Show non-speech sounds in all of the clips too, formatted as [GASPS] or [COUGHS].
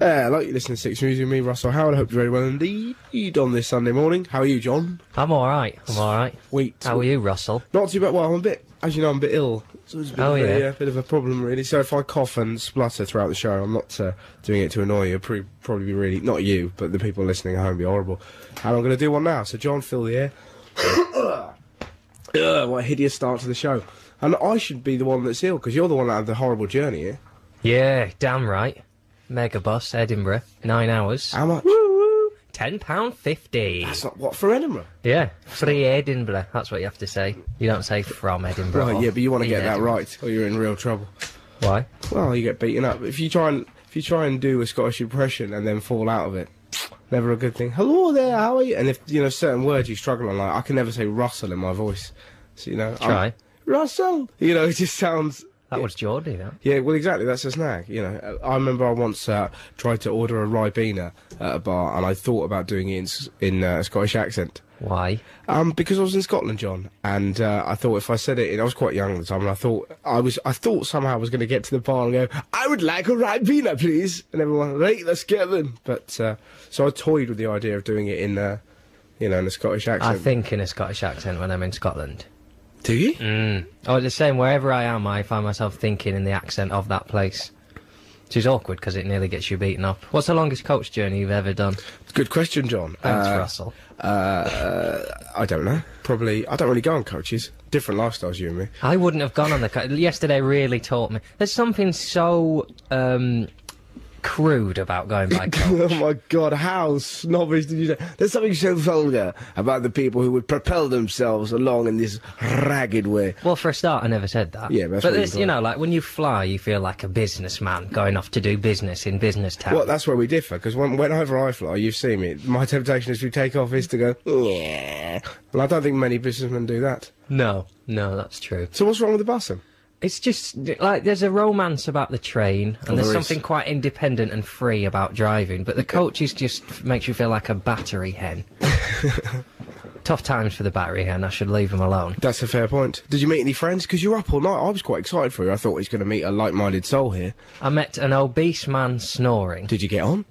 Uh, like you listen to Six News with me, Russell Howard. I hope you're very well indeed on this Sunday morning. How are you, John? I'm all right. I'm all right. Wait. How are you, Russell? Not too bad. Well, I'm a bit, as you know, I'm a bit ill. So it's a bit, Oh, of, a, yeah. bit of a problem, really. So if I cough and splutter throughout the show, I'm not uh, doing it to annoy you. It'll probably be really, not you, but the people listening at home be horrible. And I'm going to do one now. So, John, fill the air. [COUGHS] Ugh, what a hideous start to the show. And I should be the one that's ill, because you're the one that had the horrible journey here. Yeah, damn right. Megabus, Edinburgh, nine hours, How much? ten pound fifty. That's not what for Edinburgh. Yeah, free Edinburgh. That's what you have to say. You don't say from Edinburgh. Right, or yeah, but you want to in get that Edinburgh. right, or you're in real trouble. Why? Well, you get beaten up. If you try and if you try and do a Scottish impression and then fall out of it, never a good thing. Hello there, how are you? And if you know certain words you struggle on, like I can never say Russell in my voice, so you know. I'm- Try. Russell. You know, [LAUGHS] it just sounds. That was Geordie, that. Yeah, well, exactly. That's a snag. You know, I remember I once uh, tried to order a ribena at a bar, and I thought about doing it in s- in uh, a Scottish accent. Why? Um, because I was in Scotland, John, and uh, I thought if I said it, I was quite young at the time, and I thought I was, I thought somehow I was going to get to the bar and go, "I would like a ribena, please," and everyone, right, let's get them. But uh, so I toyed with the idea of doing it in, uh, you know, in a Scottish accent. I think in a Scottish accent when I'm in Scotland. Do you? Mm. Oh, the same. Wherever I am, I find myself thinking in the accent of that place. Which is awkward because it nearly gets you beaten up. What's the longest coach journey you've ever done? Good question, John. Thanks, Uh, Russell. uh, I don't know. Probably, I don't really go on coaches. Different lifestyles, you and me. [LAUGHS] I wouldn't have gone on the. Co- Yesterday really taught me. There's something so um, crude about [LAUGHS] going by coach. Oh my god, how snobbish did you say? There's something so vulgar about the people who would propel themselves along in this ragged way. Well, for a start, I never said that. Yeah, that's but what you this, you got. know, like when you fly, you feel like a businessman going off to do business in business town. Well, that's where we differ, because when, whenever I fly, you've seen me, my temptation as we take off is to go, yeah. And I don't think many businessmen do that. no, no, that's true. So what's wrong with the bus then? It's just like there's a romance about the train, and there's there is. something quite independent and free about driving. But the coach is just makes you feel like a [LAUGHS] battery hen. Tough times for the battery hen. I should leave him alone. That's a fair point. Did you meet any friends? Because you were up all night. I was quite excited for you. I thought he's going to meet a like-minded soul here. I met an obese man snoring. Did you get on?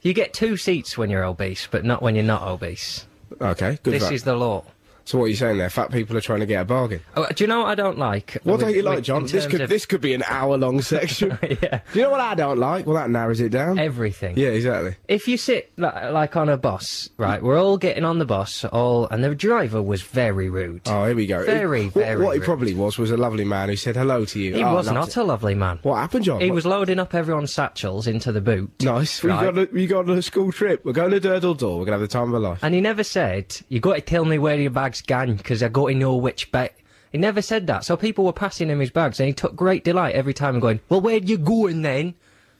You get two seats when you're obese, but not when you're not obese. Okay, good. This fact. is the law. So what are you saying there? Fat people are trying to get a bargain. Oh, do you know what I don't like? What with- don't you like, with- John? in This terms could of this could be an hour long [LAUGHS] section. [LAUGHS] Yeah. Eh. Do you know what I don't like? Well, that narrows it down. everything. yeah, exactly. If you sit like, like on a bus, right? We're all getting on the bus, all, and the driver was very rude. Oh, here we go. Very, He- wh- very What he rude. probably was was a lovely man who said hello to you. he Oh, was lovely. not a lovely man. What happened, John? He What- was loading up everyone's satchels into the boot. nice. We Right. got a, we got on a school trip. We're going to Durdle Door. We're gonna have the time of our life. And he never said, "You got to tell me where your bags gone, because I got to know which bag." He never said that. So people were passing him his bags, and he took great delight every time, going, "Well, where'd you going then?"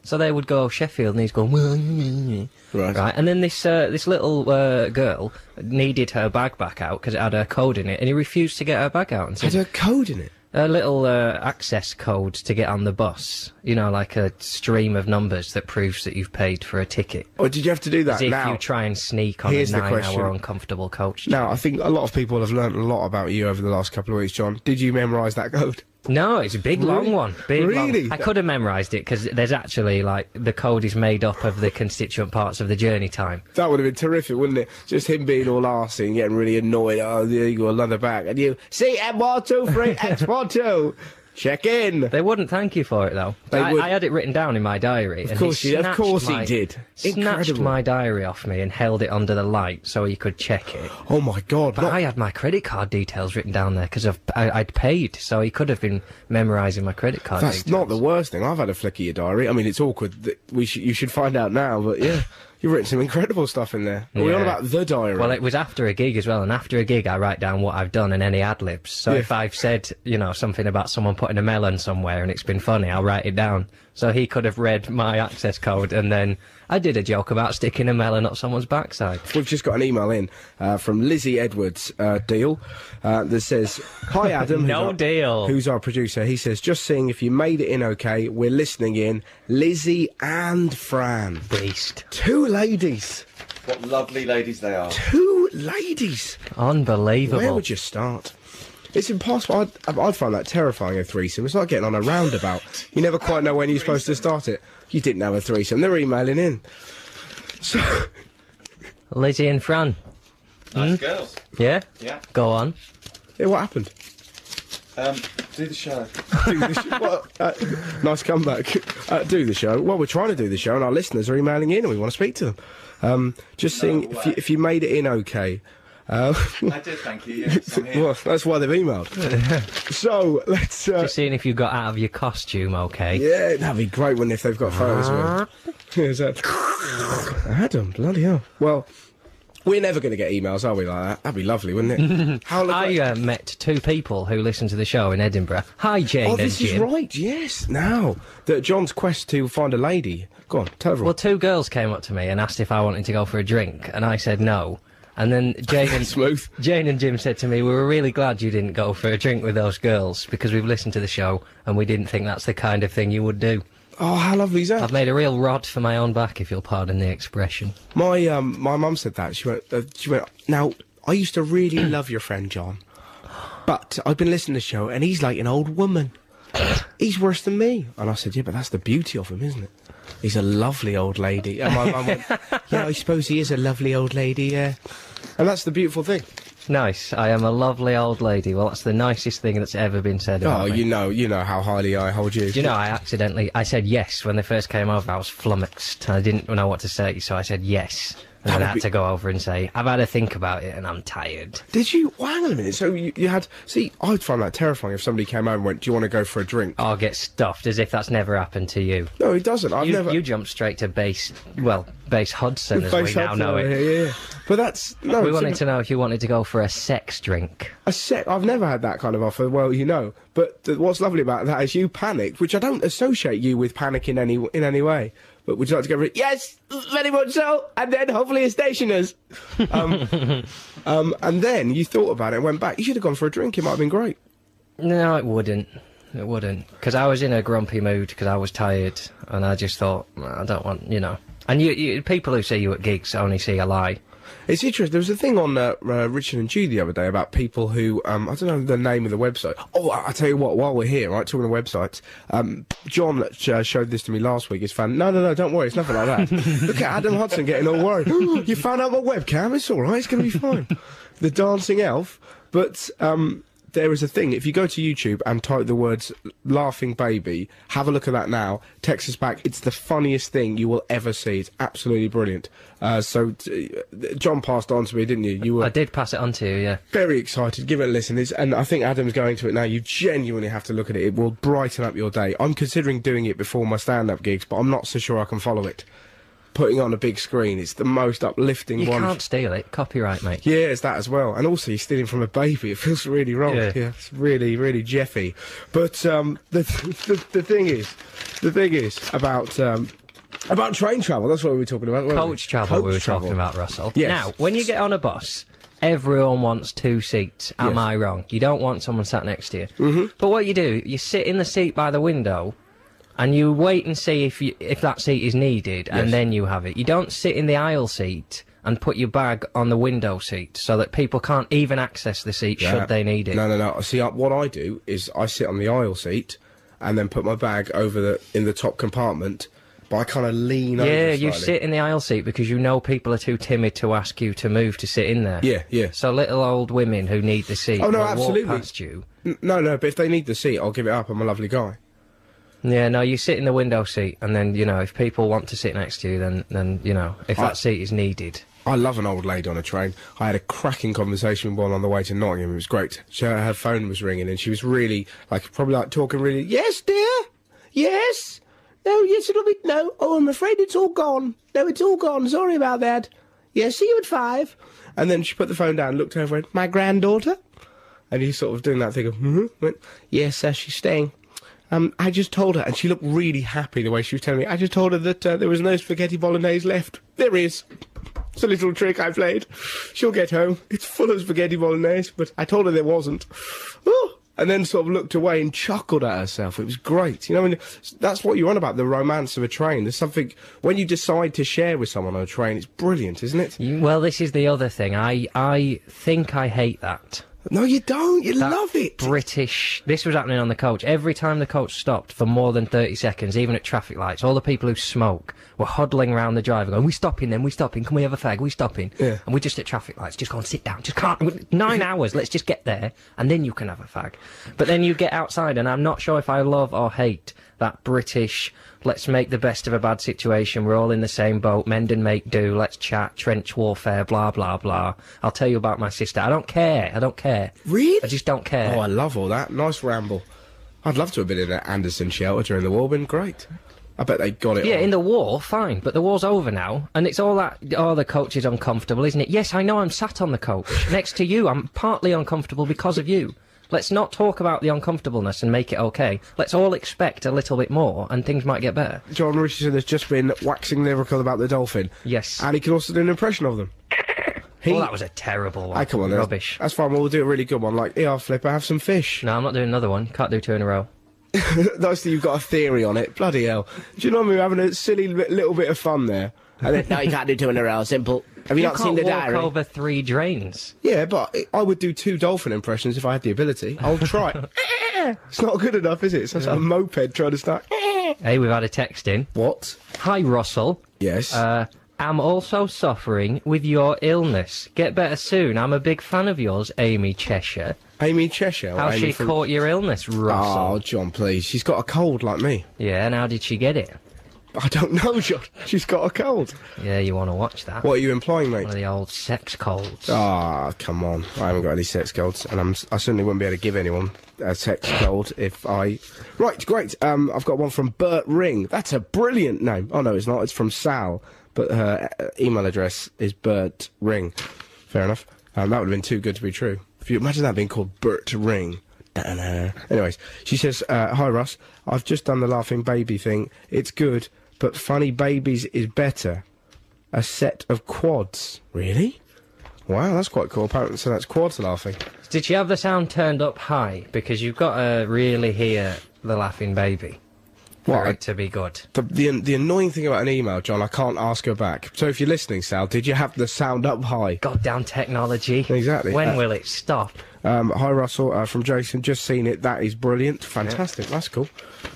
So they would go Sheffield, and he's going, "Well, mm, mm, mm." Right. right." And then this uh, this little uh, girl needed her bag back out because it had her code in it, and he refused to get her bag out. And Had said, a code in it. a little uh, access code to get on the bus, you know, like a stream of numbers that proves that you've paid for a ticket. Or Oh, did you have to do that As if now? you try and sneak on a here's the question. nine-hour uncomfortable coach. now, I think a lot of people have learnt a lot about you over the last couple of weeks, John. Did you memorise that code? [LAUGHS] No, it's a big long one. Big Really? long. I could have memorised it because there's actually like the code is made up of the constituent parts of the journey time. That would have been terrific, wouldn't it? Just him being all arsey and getting really annoyed. Oh, there you go, another back. And you, see, M123, X12. [LAUGHS] Check in. They wouldn't thank you for it though. They I, would- I had it written down in my diary. Of course you- of course he did. Snatched Incredible. my diary off me and held it under the light so he could check it. Oh my god. But not- I had my credit card details written down there because I'd paid, so he could have been memorising my credit card that's details. not the worst thing. I've had a flick of your diary. I mean, it's awkward. That we sh- you should find out now, but yeah. You've written some incredible stuff in there. Are we on Yeah. about the diary? Well, it was after a gig as well, and after a gig, I write down what I've done and any ad libs. So Yeah. if I've said, you know, something about someone putting a melon somewhere and it's been funny, I'll write it down. So he could have read my access code, and then I did a joke about sticking a melon up someone's backside. We've just got an email in uh, from Lizzie Edwards uh, Deal uh, that says, "Hi [LAUGHS] Adam, who's No our- deal. Who's our producer? He says, just seeing if you made it in okay. We're listening in, Lizzie and Fran, Beast. two ladies, What lovely ladies they are. two ladies. Unbelievable. Where would you start? It's impossible. I'd, I'd- I'd find that terrifying a threesome. It's like getting on a roundabout. You never quite know when you're supposed to start it. You didn't have a threesome. They're emailing in. So, Lizzie and Fran. [LAUGHS] Nice girls. Yeah? Yeah. Go on. yeah, what happened? Um, do the show. Do the show. Well, uh, nice comeback. Uh, do the show. Well, we're trying to do the show, and our listeners are emailing in, and we want to speak to them. Um, just seeing if you, way. if you made it in okay. Uh, [LAUGHS] I did, thank you. Yes, [LAUGHS] I'm here. well, that's why they've [LAUGHS] emailed. so let's. Uh, Just seeing if you got out of your costume okay. yeah, that'd be great when if they've got photos of him. Ah. [LAUGHS] Is that- Adam, bloody hell. Well, we're never going to get emails, are we? Like that? That'd be lovely, wouldn't [LAUGHS] it? How I lovely. uh, met two people who listen to the show in Edinburgh. Hi, Jane Oh, and this is Jim. right. Yes. Now that John's quest to find a lady. Go on, tell everyone. Well, two girls came up to me and asked if I wanted to go for a drink, and I said no. And then Jane and, Smooth. Jane and Jim said to me, "We were really glad you didn't go for a drink with those girls because we've listened to the show and we didn't think that's the kind of thing you would do." Oh, how lovely is that? I've made a real rod for my own back, if you'll pardon the expression. My um, my mum said that. She went. Uh, she went. Now I used to really love your friend John, but I've been listening to the show and he's like an old woman. He's worse than me. And I said, yeah, but that's the beauty of him, isn't it? He's a lovely old lady. And my mum went, yeah, I suppose he is a lovely old lady. Yeah. And that's the beautiful thing. Nice. I am a lovely old lady. Well, that's the nicest thing that's ever been said about Oh, me. you know, you know how highly I hold you. Do you know, I accidentally, I said yes when they first came over. I was flummoxed. I didn't know what to say, so I said yes. And then would I had be- to go over and say, I've had a think about it and I'm tired. Did you? Well, hang on a minute. So you, you had. See, I'd find that terrifying if somebody came out and went, "Do you want to go for a drink?" I'll get stuffed as if that's never happened to you. No, it doesn't. I've You, never. you jumped straight to base, well, base Hudson as Face we now up know there, it. Yeah, yeah. But that's no. We it's wanted a- to know if you wanted to go for a sex drink. a sec. I've never had that kind of offer. Well, you know, but th- what's lovely about that is you panicked, which I don't associate you with panic in any in any way. But would you like to go for it? Yes, very much so. And then hopefully a stationer's. [LAUGHS] Um, um, and then you thought about it and went back. You should have gone for a drink. It might have been great. No, it wouldn't. It wouldn't. Because I was in a grumpy mood because I was tired and I just thought, "Nah, I don't want, you know. And you, you, people who see you at gigs only see a lie. It's interesting. There was a thing on uh, uh, Richard and Judy the other day about people who um, I don't know the name of the website. Oh, I, I tell you what. While we're here, right, talking of websites, um, John uh, showed this to me last week. His fan. No, no, no. Don't worry. It's nothing like that. Look at Adam Hudson getting all worried. [GASPS] you found out my webcam. It's all right. It's going to be fine. the dancing elf. But um, there is a thing. If you go to YouTube and type the words "laughing baby," have a look at that now. Text us back. It's the funniest thing you will ever see. It's absolutely brilliant. Uh, so, t- uh, John passed on to me, didn't you? You I were did pass it on to you, yeah. very excited. Give it a listen. It's, and I think Adam's going to it now. You genuinely have to look at it. It will brighten up your day. I'm considering doing it before my stand-up gigs, but I'm not so sure I can follow it. Putting on a big screen, it's the most uplifting You one. can't steal it. Copyright, mate. Yeah, it's that as well. And also, you're stealing from a baby. It feels really wrong. Yeah, Yeah. it's really, really jeffy. But um, the, [LAUGHS] the the thing is, the thing is about um, about train travel. That's what we were talking about. weren't we? Coach travel we were talking about, Russell. Yes. Now, when you get on a bus, everyone wants two seats. Am Yes. Mm-hmm. I wrong? You don't want someone sat next to you. But what you do, you sit in the seat by the window, and you wait and see if you, if that seat is needed, Yes. and then you have it. You don't sit in the aisle seat and put your bag on the window seat so that people can't even access the seat Yeah. should they need it. No, no, no. See, uh, what I do is I sit on the aisle seat and then put my bag over the in the top compartment, but I kind of lean over. Yeah, you slightly. sit in the aisle seat because you know people are too timid to ask you to move to sit in there. Yeah, yeah. So little old women who need the seat Oh, no, will absolutely. walk past you. N- No, no. But if they need the seat, I'll give it up. I'm a lovely guy. Yeah, no, you sit in the window seat, and then you know if people want to sit next to you, then then you know if I- that seat is needed. I love an old lady on a train. I had a cracking conversation with one on the way to Nottingham. It was great. She, her phone was ringing and she was really, like, probably like talking really, yes, dear, yes, no, yes, it'll be, no, oh, I'm afraid it's all gone. No, it's all gone. Sorry about that. Yes, see you at five. And then she put the phone down, looked over and, my granddaughter? And he's sort of doing that thing of, hmm, went, yes, uh, she's staying. Um, I just told her, and she looked really happy the way she was telling me. I just told her that uh, there was no spaghetti bolognese left. There is. It's a little trick I played. She'll get home. It's full of spaghetti bolognese, but I told her there wasn't. Ooh. And then sort of looked away and chuckled at herself. It was great. You know, and that's what you're on about, the romance of a train. There's something, when you decide to share with someone on a train, it's brilliant, isn't it? You- Well, this is the other thing. I I think I hate that. No, you don't. You That love it. British. This was happening on the coach. Every time the coach stopped for more than 30 seconds, even at traffic lights, all the people who smoke were huddling round the driver going, we stopping then, we stopping, can we have a fag, we stopping. Yeah. And we're just at traffic lights, just go and sit down, just can't. Nine hours, let's just get there, and then you can have a fag. But then you get outside, and I'm not sure if I love or hate that British, let's make the best of a bad situation, we're all in the same boat, mend and make do, let's chat, trench warfare, blah, blah, blah. I'll tell you about my sister. I don't care, I don't care. Really? I just don't care. Oh, I love all that. Nice ramble. I'd love to have been in an Anderson shelter during the war. Been great. I bet they got it. Yeah, on. in the war, fine, but the war's over now, and it's all that. Oh, the coach is uncomfortable, isn't it? Yes, I know. I'm sat on [LAUGHS] the coach next to you. I'm partly uncomfortable because of you. Let's not talk about the uncomfortableness and make it okay. Let's all expect a little bit more, and things might get better. John Richardson has just been waxing lyrical about the dolphin. Yes. And he can also do an impression of them. He, oh, that was a terrible one. Ah, come on, that's- rubbish. That's fine. We'll do a really good one. Like, yeah, Flipper, have some [LAUGHS] fish. No, I'm not doing another one. Can't do two in a row. Nice that you've got a theory on it. Bloody hell. Do you know what I mean? We're having a silly li- little bit of fun there. And then, no, you can't do two in a row. Simple. Have you, you not can't seen the walk diary? over three drains. Yeah, but I- I would do two dolphin impressions if I had the ability. I'll [LAUGHS] try. it's not good enough, is it? It's just a moped trying to start. Hey, we've had a text in. what? Hi, Russell. Yes. Uh, I'm also suffering with your illness. Get better soon. I'm a big fan of yours, Amy Cheshire. Amy Cheshire. or How Amy she from- caught your illness, Russell. Oh, John, please. She's got a cold like me. Yeah, and how did she get it? I don't [LAUGHS] know, John. She's got a cold. Yeah, you want to watch that. What are you implying, mate? One of the old sex colds. Ah, come on. I haven't got any sex golds, and I'm, I certainly wouldn't be able to give anyone a sex gold if I. Right, great. Um, I've got one from Bert Ring. That's a brilliant name. Oh, no, it's not. It's from Sal, but her uh, email address is Bert Ring. Fair enough. Um, that would have been too good to be true. If you imagine that being called Bert Ring. Da-na. Anyways, she says, uh, Hi, Russ. I've just done the laughing baby thing. It's good, but funny babies is better. A set of quads. Really? Wow, that's quite cool. Apparently, so that's quads laughing. Did she have the sound turned up high? Because you've got to really hear the laughing baby for What? it to be good. The, the the annoying thing about an email, John, I can't ask her back. So if you're listening, Sal, did you have the sound up high? Goddamn technology. Exactly. When Uh, will it stop? Um, hi, Russell, uh, from Jason. Just seen it. That is brilliant. Fantastic. That's cool.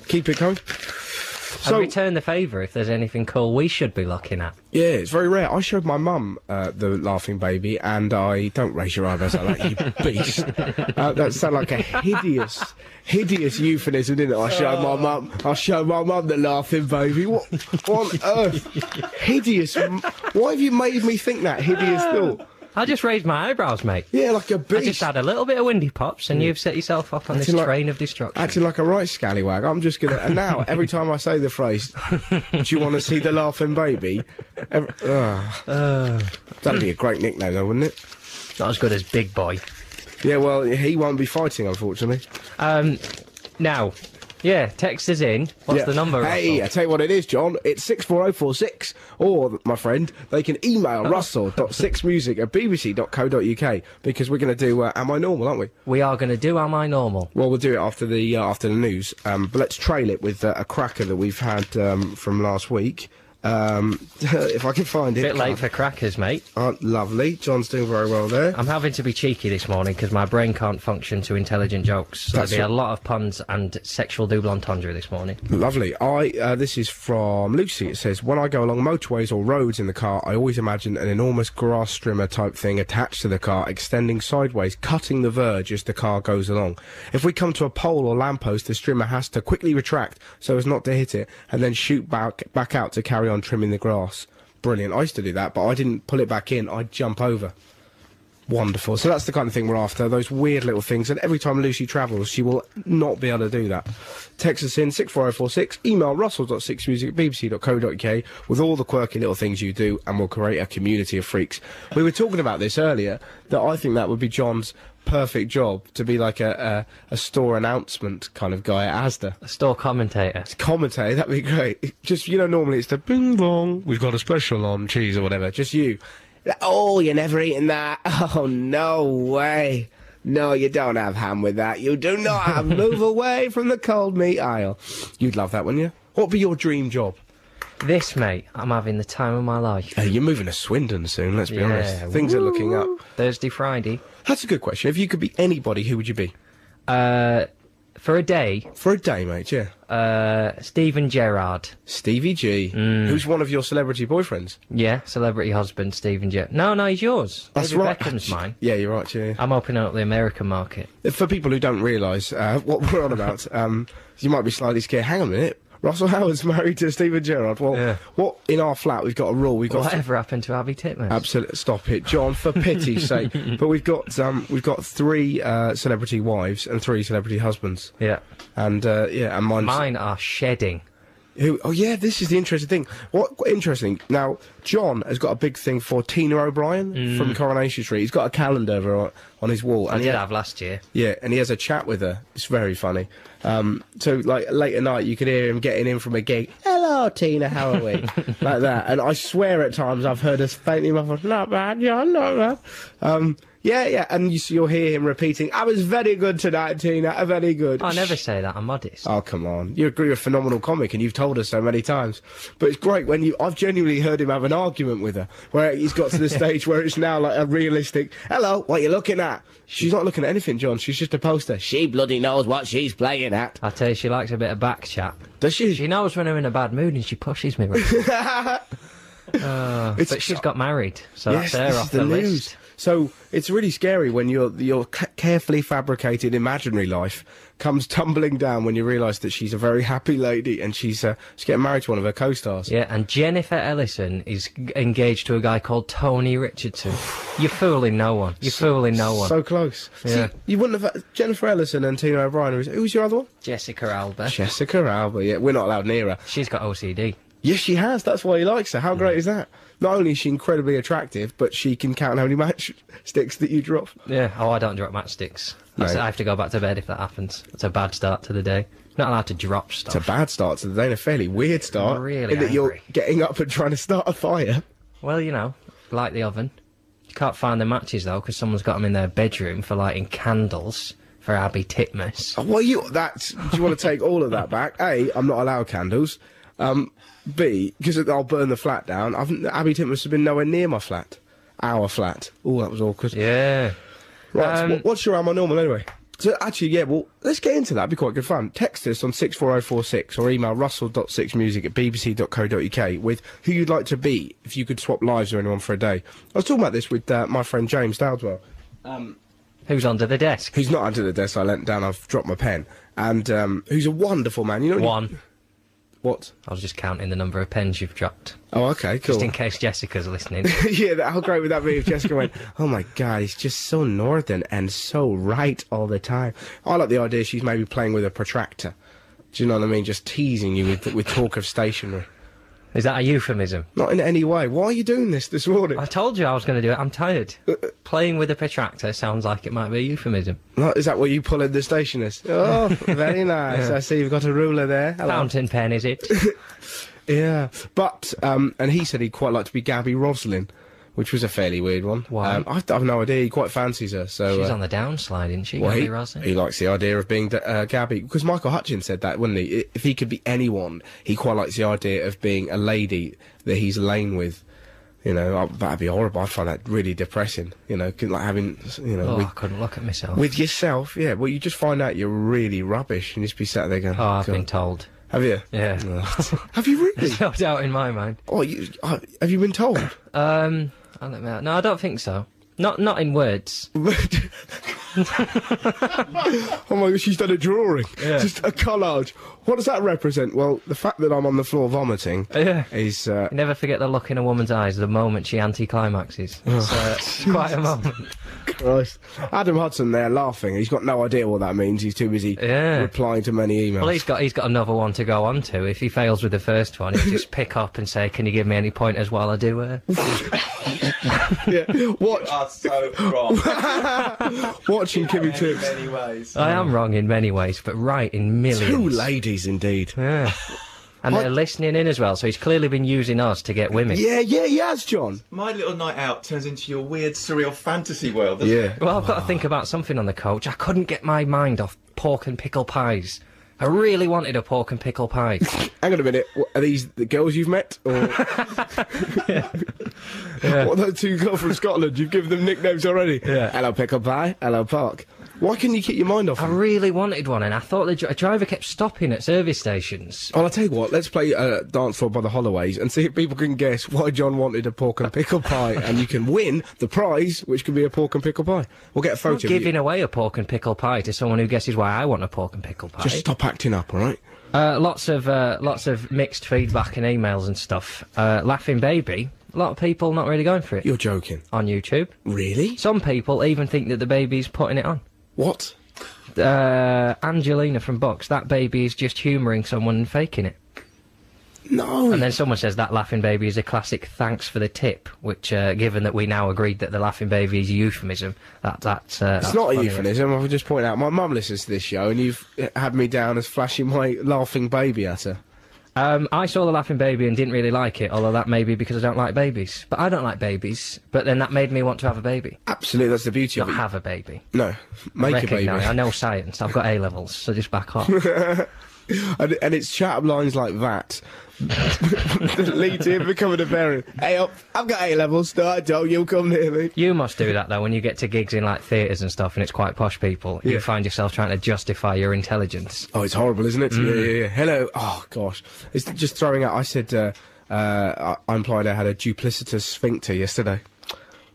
Keep it going. and so- return the favour if there's anything cool we should be looking at. Yeah, it's very rare. I showed my mum uh, the laughing baby, and I don't raise your eyebrows like that, you [LAUGHS] beast. Uh, that sounded like a hideous, hideous euphemism, didn't it? I showed Oh. my mum. I showed my mum the laughing baby. What, what on earth? Hideous. M- Why have you made me think that hideous thought? I just raised my eyebrows, mate. Yeah, like a I just beast. had a little bit of windy pops, and you've set yourself up on this Acting like- train of destruction. Acting like a right scallywag. I'm just gonna. And now, every time I say the phrase, "Do you want to see the laughing baby?" Every, Ah. Uh. That'd be a great nickname, though, wouldn't it? Not as good as Big Boy. Yeah, well, he won't be fighting, unfortunately. Um, now, yeah, text is in. What's Yeah. the number? Hey, I Russell? tell you what it is, John. It's 64046. Or, my friend, they can email Uh-huh. russell.sixmusic at bbc.co.uk because we're going to do uh, Am I Normal, aren't we? we are going to do Am I Normal? Well, we'll do it after the uh, after the news. Um, but let's trail it with uh, a cracker that we've had um, from last week. Um, [LAUGHS] if I can find it. Bit late for crackers, mate. Aren't lovely. John's doing very well there. I'm having to be cheeky this morning because my brain can't function to intelligent jokes. So That's there'll be a what- lot of puns and sexual double entendre this morning. Lovely. I uh, this is from Lucy. It says, "When I go along motorways or roads in the car, I always imagine an enormous grass trimmer type thing attached to the car, extending sideways, cutting the verge as the car goes along. If we come to a pole or lamppost, the trimmer has to quickly retract so as not to hit it, and then shoot back back out to carry on trimming the grass. Brilliant. I used to do that, but I didn't pull it back in. I'd jump over." Wonderful. So that's the kind of thing we're after, those weird little things. And every time Lucy travels, she will not be able to do that. Text us in 64046, email russell.sixmusic bbc.co.uk with all the quirky little things you do, and we'll create a community of freaks. We were talking about this earlier, that I think that would be John's perfect job to be like a, a, a store announcement kind of guy at Asda A store commentator. commentate. That'd be great. [LAUGHS] Just you know, normally it's the bing bong. We've got a special on cheese or whatever. Just you. Oh, you're never eating that. [LAUGHS] Oh no way. No, you don't have ham with that. You do not have. [LAUGHS] Move away from the cold meat aisle. You'd love that, wouldn't you? What would be your dream job? This, mate, I'm having the time of my life. Hey, you're moving to Swindon soon, let's be Yeah, honest. Things are looking up. Thursday, Friday. That's a good question. If you could be anybody, who would you be? Uh, for a day, For a day, mate, yeah. uh, Stephen Gerrard. Stevie G, who's one of your celebrity boyfriends. Yeah, celebrity husband, Stephen Gerrard. No, no, he's yours. That's David right. [LAUGHS] Beckham's mine. Yeah, you're right, yeah. I'm opening up the American market. For people who don't realise uh, [LAUGHS] what we're on about, um, you might be slightly scared. Hang on a minute. Russell Howard's [LAUGHS] married to Stephen Gerrard. Well, Yeah. what in our flat we've got a rule. We've got [LAUGHS] Whatever happened to Abby Titmus? Absolutely, stop it, John. For [LAUGHS] pity's sake. But we've got um, we've got three uh, celebrity wives and three celebrity husbands, yeah. and uh, yeah, and mine's Mine are shedding. Who? Oh yeah, this is the interesting thing. What what interesting? Now, John has got a big thing for Tina O'Brien from Coronation Street. He's got a calendar over on- on his wall, Mm. I and did he, have last year. yeah, and he has a chat with her. It's very funny. Um, so like late at night, you can hear him getting in from a gig. Hello, Tina, how are we? like that. And I swear, at times I've heard us faintly muffled, "Not bad, John, not bad." Um, yeah, yeah, and you, you'll hear him repeating, "I was very good tonight, Tina. Very good." Oh, I never say that. I'm modest. Oh come on! You agree with phenomenal comic, and you've told us so many times. But it's great when you—I've genuinely heard him have an argument with her, where he's got [LAUGHS] to the stage where it's now like a realistic. Hello, what you looking at? She's not looking at anything, John. She's just a poster. She bloody knows what she's playing at. I tell you, she likes a bit of back chat. Does she? She knows when I'm in a bad mood and she [LAUGHS] pushes me. Right? it's, but she's got married, so yes, that's this her is off the the, news. list. So it's really scary when your your ca- carefully fabricated imaginary life comes tumbling down when you realise that she's a very happy lady and she's uh, she's getting married to one of her co-stars. Yeah, and Jennifer Ellison is g- engaged to a guy called Tony Richardson. You're fooling no one. You're fooling no one. So close. Yeah. See, you wouldn't have Jennifer Ellison and Tina O'Brien. Who's, who's your other one? Jessica Alba. Jessica Alba. Yeah, we're not allowed near her. She's got OCD. Yes, she has. That's why he likes her. How great is that? Not only is she incredibly attractive, but she can count how many [LAUGHS] matchsticks that you drop. Yeah. Oh, I don't drop matchsticks. That's No. I have to go back to bed if that happens. It's a bad start to the day. Not allowed to drop stuff. It's a bad start to the day, and a fairly weird start. Really in that you're angry. getting up and trying to start a fire. Well, you know, light the oven. You can't find the matches though, because someone's got them in their bedroom for lighting candles for Abby Titmus. Oh, Well, you that's. Do you want to take all of that back? A, I'm not allowed candles. Um, B, because I'll burn the flat down. I've, Abby Titmus has been nowhere near my flat, our flat. Oh, that was awkward. Yeah. Right, Um, what, what's your ammo normal anyway? So actually, yeah, well, let's get into that. It'd be quite good fun. Text us on 64046 or email russell.6music at bbc.co.uk with who you'd like to be if you could swap lives with anyone for a day. I was talking about this with uh, my friend James Dowdwell. Who's under the desk? He's not under the desk. I leant down. I've dropped my pen. And um, who's a wonderful man. You know when you- One. what? I was just counting the number of pens you've dropped, Oh, okay, cool. just in case Jessica's listening. [LAUGHS] yeah, that, how great would that be if Jessica went, oh my god, he's just so northern and so right all the time. I like the idea she's maybe playing with a protractor. Do you know what I mean? Just teasing you with, with talk of stationery. Is that a euphemism? Not in any way. Why are you doing this this morning? I told you I was going to do it. I'm tired. Playing with a protractor sounds like it might be a euphemism. No, is that what you pull in the [LAUGHS] stationers? Oh, very nice. I see you've got a ruler there. Hello. Fountain pen, is it? Yeah. But, um, and he said he'd quite like to be Gabby Roslin, which was a fairly weird one. Why? Um, I've, I've no idea. He quite fancies her. So She's uh, on the downslide, isn't she? Well, Gabby he, Roslin? he likes the idea of being uh, Gabby because Michael Hutchins said that, wouldn't he? I- If he could be anyone, he quite likes the idea of being a lady that he's lain with. You know, I, that'd be horrible. I'd find that really depressing. You know, 'cause like having you know oh, I with, couldn't look at myself. with yourself. Yeah, well, you just find out you're really rubbish and you just be sat there going, oh, I've "God." been told. [LAUGHS] have you? Yeah. [LAUGHS] have you really? [LAUGHS] No doubt in my mind. oh, you, uh, have you been told? Um, I'll let me out. No, I don't think so. Not not in words. [LAUGHS] Oh my god, she's done a drawing. Yeah. Just a collage. What does that represent? Well, the fact that I'm on the floor vomiting Oh, Yeah. is. Uh, You never forget the look in a woman's eyes the moment she anticlimaxes. It's uh, quite a moment. Christ. Adam Hudson there laughing. He's got no idea what that means. He's too busy Yeah. replying to many emails. Well, he's got he's got another one to go on to. If he fails with the first one, he'll just pick up and say, "Can you give me any pointers while I do uh, her?" [LAUGHS] yeah. Watch, Are Ah, so wrong watching Kimmy in [LAUGHS] Tips. many ways. I am wrong in many ways, but right in millions. Two ladies indeed. Yeah. And they're listening in as well, so he's clearly been using us to get women. Yeah, yeah, he has, John. My little night out turns into your weird, surreal fantasy world. doesn't it? Yeah. Well, I've got to think about something on the coach. I couldn't get my mind off pork and pickle pies. I really wanted a pork and pickle pie. Hang on a minute. What, are these the girls you've met, [LAUGHS] or [LAUGHS] what? Those two girls from Scotland. You've given them nicknames already. Yeah. Hello, pickle pie. Hello, park. Why can not you keep your mind off? I [LAUGHS] them? really wanted one, and I thought the dri- driver kept stopping at service stations. Well, I'll tell you what, let's play uh, Dance Floor by the Holloways and see if people can guess why John wanted a pork and pickle pie, and you can win the prize, which could be a pork and pickle pie. We'll get a I'm photo not of you. giving away a pork and pickle pie to someone who guesses why I want a pork and pickle pie. Just stop acting up, all right? Uh, lots of uh, lots of mixed feedback and emails and stuff. Uh, laughing baby. A lot of people not really going for it You're joking. on YouTube. Really? Some people even think that the baby's putting it on. What? Uh, Angelina from Box. That baby is just humouring someone and faking it. No. And then someone says that laughing baby is a classic. Thanks for the tip. Which, uh, given that we now agreed that the laughing baby is a euphemism, that that's uh, it's not a euphemism. I will just point out my mum listens to this show, and you've uh, had me down as flashing my laughing baby at her. Um, I saw the laughing baby and didn't really like it. Although that may be because I don't like babies. But I don't like babies. But then that made me want to have a baby. Absolutely, that's the beauty Not of it. have a baby. no, make a baby. Recognise. I know science. I've got A levels, so just back [LAUGHS] off. and, and it's chat up lines like that [LAUGHS] that lead to him becoming a parent. Hey, up, I've got A levels. No, I don't. You'll come near me. you must do that though when you get to gigs in like theatres and stuff, and it's quite posh people. Yeah. You find yourself trying to justify your intelligence. Oh, it's horrible, isn't it? Mm. Yeah, yeah, yeah. Hello. Oh, gosh. It's just throwing out. I said, uh, uh, I I implied I had a duplicitous sphincter yesterday.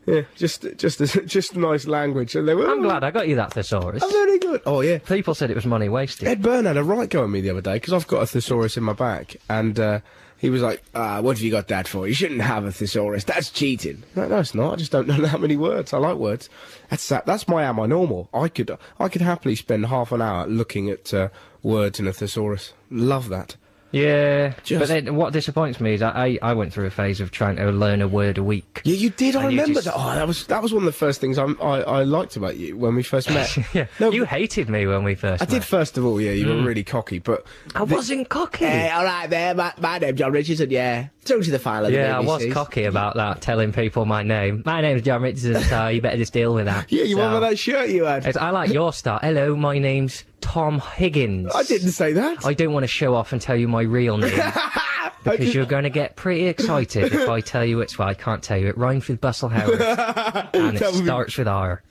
Yeah, just, just, [LAUGHS] just nice language. And they were. I'm glad I got you that thesaurus. I'm very good. Oh, yeah. People said it was money wasted. Ed Byrne had a right go at me the other day because I've got a thesaurus in my back, and uh, he was like, uh, "What have you got that for? You shouldn't have a thesaurus. That's cheating." I'm like, no, it's not. I just don't [LAUGHS] know that many words. I like words. That's that, that's my am I normal. I could I could happily spend half an hour looking at uh, words in a thesaurus. Love that. Yeah. Just- But then what disappoints me is I, I, I went through a phase of trying to learn a word [LAUGHS] a week. Yeah, you did. I And you remember that. just- Oh, that was that was one of the first things I'm, I I liked about you when we first [LAUGHS] met. Yeah. No, you hated me when we first I did met. first of all. Yeah, you were really cocky, but I wasn't cocky. Hey, Mm. all right, there. My, my name's John Richardson. Yeah, talk to the file. of the yeah, I was BBCs. cocky about that, telling people my name. My name's John Richardson, so you better just deal with [LAUGHS] that. Yeah, you so. remember that shirt you had? It's- I like your style. Hello, my name's Tom Higgins. I didn't say [LAUGHS] that. I don't want to show off and tell you my real name [LAUGHS] because you're going to get pretty excited if I tell you it's. Well, I can't tell you. It rhymes with [LAUGHS] Bustle Harris and That it would be- starts with [LAUGHS] R.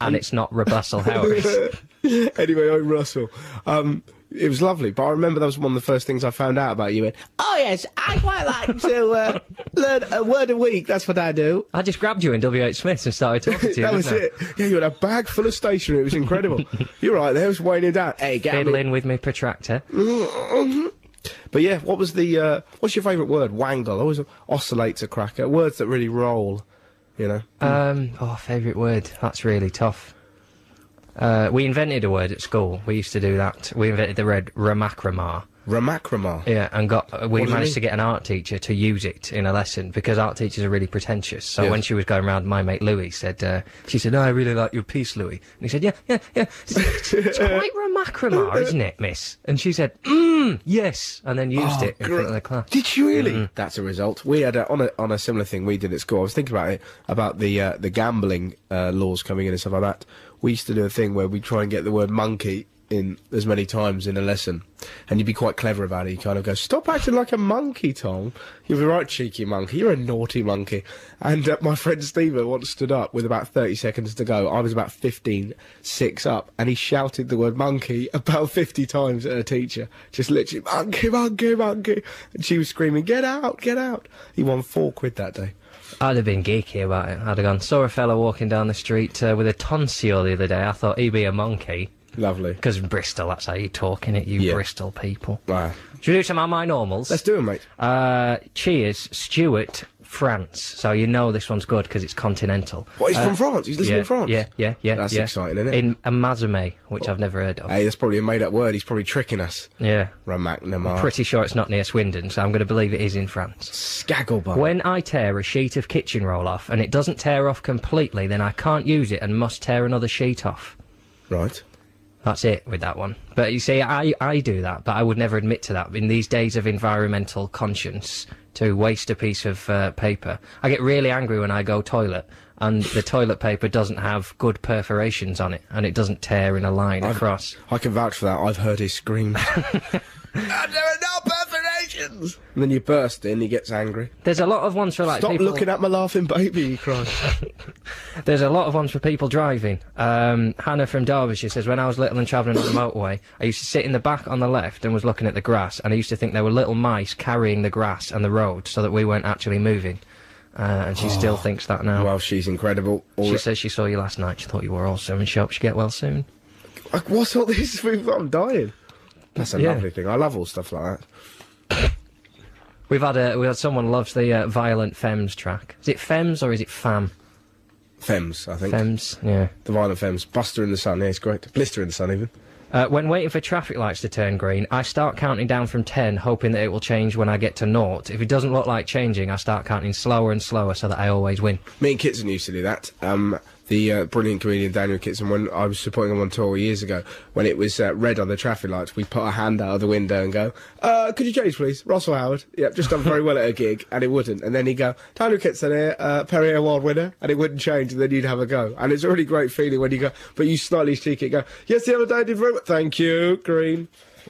and it's not Rebustle Harris. [LAUGHS] anyway, I'm Russell. Um, it was lovely, but I remember that was one of the first things I found out about you. And, oh yes, I quite like to uh, [LAUGHS] learn a word a week. That's what I do. I just grabbed you in WH Smith's and started talking to [LAUGHS] you. that was didn't it. Yeah, you had a bag full of stationery. It was [LAUGHS] incredible. you're right. There was weighing it down. Hey, I? get me. Fiddling with my protractor. Mm. But yeah, what was the? Uh, what's your favourite word? Wangle. Always oscillates a cracker. Words that really roll. You know. Um, oh, favourite word. That's really tough. Uh, we invented a word at school. We used to do that. We invented the word ramacramar. Ramacramar. Yeah, and got uh, What we does it managed mean? to get an art teacher to use it in a lesson because art teachers are really pretentious. So Yes. when she was going around, my mate Louis said, uh, she said, "No, I really like your piece, Louis." And he said, "Yeah, yeah, yeah." [LAUGHS] She said, It's, it's quite ramacramar, isn't it, Miss? And she said, mm, "Yes," and then used it in front of the Oh, class. Mm-hmm. Did you really? That's a result. We had a, on a on a similar thing we did at school. I was thinking about it about the uh, the gambling uh, laws coming in and stuff like that. We used to do a thing where we try and get the word monkey in as many times in a lesson, and you'd be quite clever about it. You kind of go, "Stop acting like a monkey, Tom. You're a right cheeky monkey. You're a naughty monkey." And uh, my friend Stephen once stood up with about thirty seconds to go. I was about 15, six up, and he shouted the word monkey [LAUGHS] about fifty times at a teacher. Just literally, monkey, monkey, monkey. And she was screaming, "Get out, get out!" He won four quid that day. I'd have been geeky about it. I'd have gone. Saw a fella walking down the street uh, with a tonsil the other day. I thought he'd be a monkey Lovely. because in Bristol, that's how you talk in it, you Yeah. Bristol people. Wow. Should we do some of my normals? Let's do it, mate. Uh, cheers, Stuart, France. So you know this one's good because it's continental. What? He's Uh, from France. He's listening yeah, from France. Yeah, yeah, yeah. That's yeah. exciting, isn't it? Oh. In Amazame, which I've never heard of. Hey, that's probably a made-up word. He's probably tricking us. yeah. Ramacnamar. Pretty sure it's not near Swindon, so I'm going to believe it is in France. Skagglebar. When I tear a sheet of kitchen roll off and it doesn't tear off completely, then I can't use it and must tear another sheet off. Right. That's it with that one. But you see, I, I do that, but I would never admit to that. In these days of environmental conscience, to waste a piece of uh, paper. I get really angry when I go toilet and the toilet paper doesn't have good perforations on it and it doesn't tear in a line across. I can vouch for that. I've heard his [LAUGHS] screams. and there are no perforations. And then you burst in. He gets angry. There's a lot of ones for like Stop people. looking at my laughing baby. He cries. There's a lot of ones for people driving. Um, Hannah from Derbyshire says, when I was little and travelling on the motorway, I used to sit in the back on the left and was looking at the grass, and I used to think there were little mice carrying the grass and the road so that we weren't actually moving. Uh, and she still thinks that now. Oh, well, she's incredible. All she says she saw you last night. She thought you were awesome and she hopes you get well soon. Like, What's all this? [LAUGHS] We've- I'm dying. That's a Yeah. lovely thing. I love all stuff like that. We've had a, we had someone loves the uh, Violent Femmes track. Is it Femmes or is it Fam? Fems, I think. Femmes, yeah. The Violent Fems. Buster in the Sun. Yeah, it's great. Blister in the Sun, even. Uh, when waiting for traffic lights to turn green, I start counting down from 10, hoping that it will change when I get to naught. If it doesn't look like changing, I start counting slower and slower so that I always win. Me and Kitson used to do that. Um, the uh, brilliant comedian Daniel Kitson, when I was supporting him on tour years ago, when it was uh, red on the traffic lights, we put our hand out of the window and go, uh, could you change, please? Russell Howard. Yep, just done very well at a gig, and it wouldn't. And then he'd go, Daniel Kitson here, uh, Perrier Award winner, and it wouldn't change, and then you'd have a go. And it's a really great feeling when you go, but you slightly cheek it, go, yes, the other day I did very well. Thank you, green.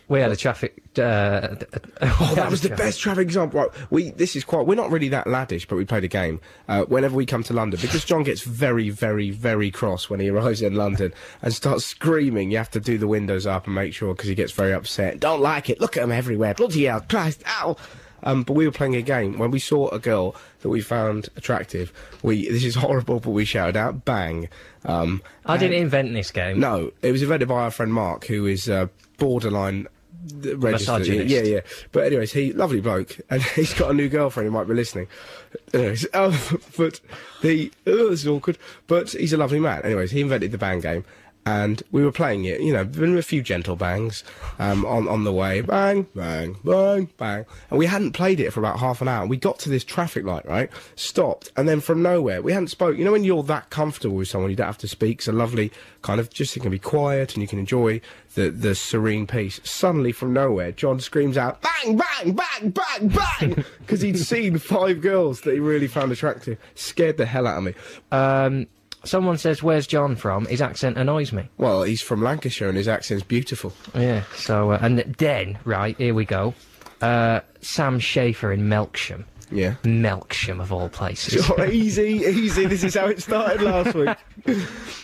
We had a traffic. Uh, [LAUGHS] Oh, that was the best traffic example. Right, we this is quite. We're not really that laddish, but we played a game uh, whenever we come to London because John gets very, very, very cross when he arrives in London and starts screaming. You have to do the windows up and make sure because he gets very upset. Don't like it. Look at him everywhere. Bloody hell, Christ, ow. Um, but we were playing a game when we saw a girl that we found attractive. We this is horrible, but we shouted out "bang." Um, I didn't invent this game. no, it was invented by our friend Mark, who is uh, borderline th- registered. Misogynist. Yeah, yeah. But anyways, he lovely bloke, and [LAUGHS] he's got a new girlfriend who might be listening. Anyways, [LAUGHS] um, but the [LAUGHS] oh, this is awkward. But he's a lovely man. Anyways, he invented the bang game. And we were playing it, you know, there were a few gentle bangs um, on on the way, bang, bang, bang, bang, and we hadn't played it for about half an hour. We got to this traffic light, right? Stopped, and then from nowhere, we hadn't spoke. You know, when you're that comfortable with someone, you don't have to speak. It's a lovely kind of just you can be quiet and you can enjoy the the serene peace. Suddenly, from nowhere, John screams out, "Bang, bang, bang, bang, bang!" [LAUGHS] because he'd seen five girls that he really found attractive. Scared the hell out of me. Um, someone says, Where's John from? His accent annoys me. Well, he's from Lancashire and his accent's beautiful. Yeah, so. Uh, and then, right, here we go. Uh, Sam Schaefer in Melksham. Yeah. [LAUGHS] Melksham, of all places. easy, easy. This is how it started last week.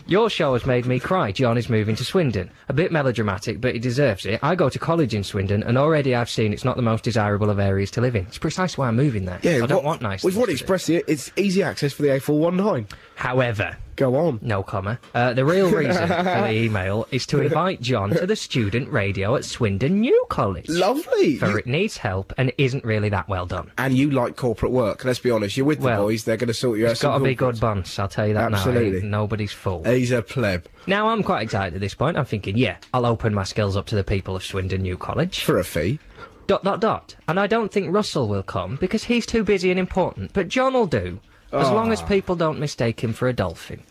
Your show has made me cry. John is moving to Swindon. A bit melodramatic, but he deserves it. I go to college in Swindon, and already I've seen it's not the most desirable of areas to live in. It's precisely why I'm moving there. I don't what- want nice. We've things already to do. expressed it. It's easy access for the A419. However, Go on. no comma. Uh, the [LAUGHS] real reason for the email is to invite John to the student radio at Swindon New College. Lovely. For it needs help and isn't really that well done. and you like corporate work. Let's be honest. You're with the Well, boys. They're going to sort you out. It's got to some be corporate- good buns. I'll tell you that now. Absolutely. Ain't Nobody's fool. He's a pleb now I'm quite excited at this point. I'm thinking, yeah, I'll open my skills up to the people of Swindon New College. for a fee. dot dot dot. And I don't think Russell will come because he's too busy and important. But John will do, as long Ah. as people don't mistake him for a dolphin.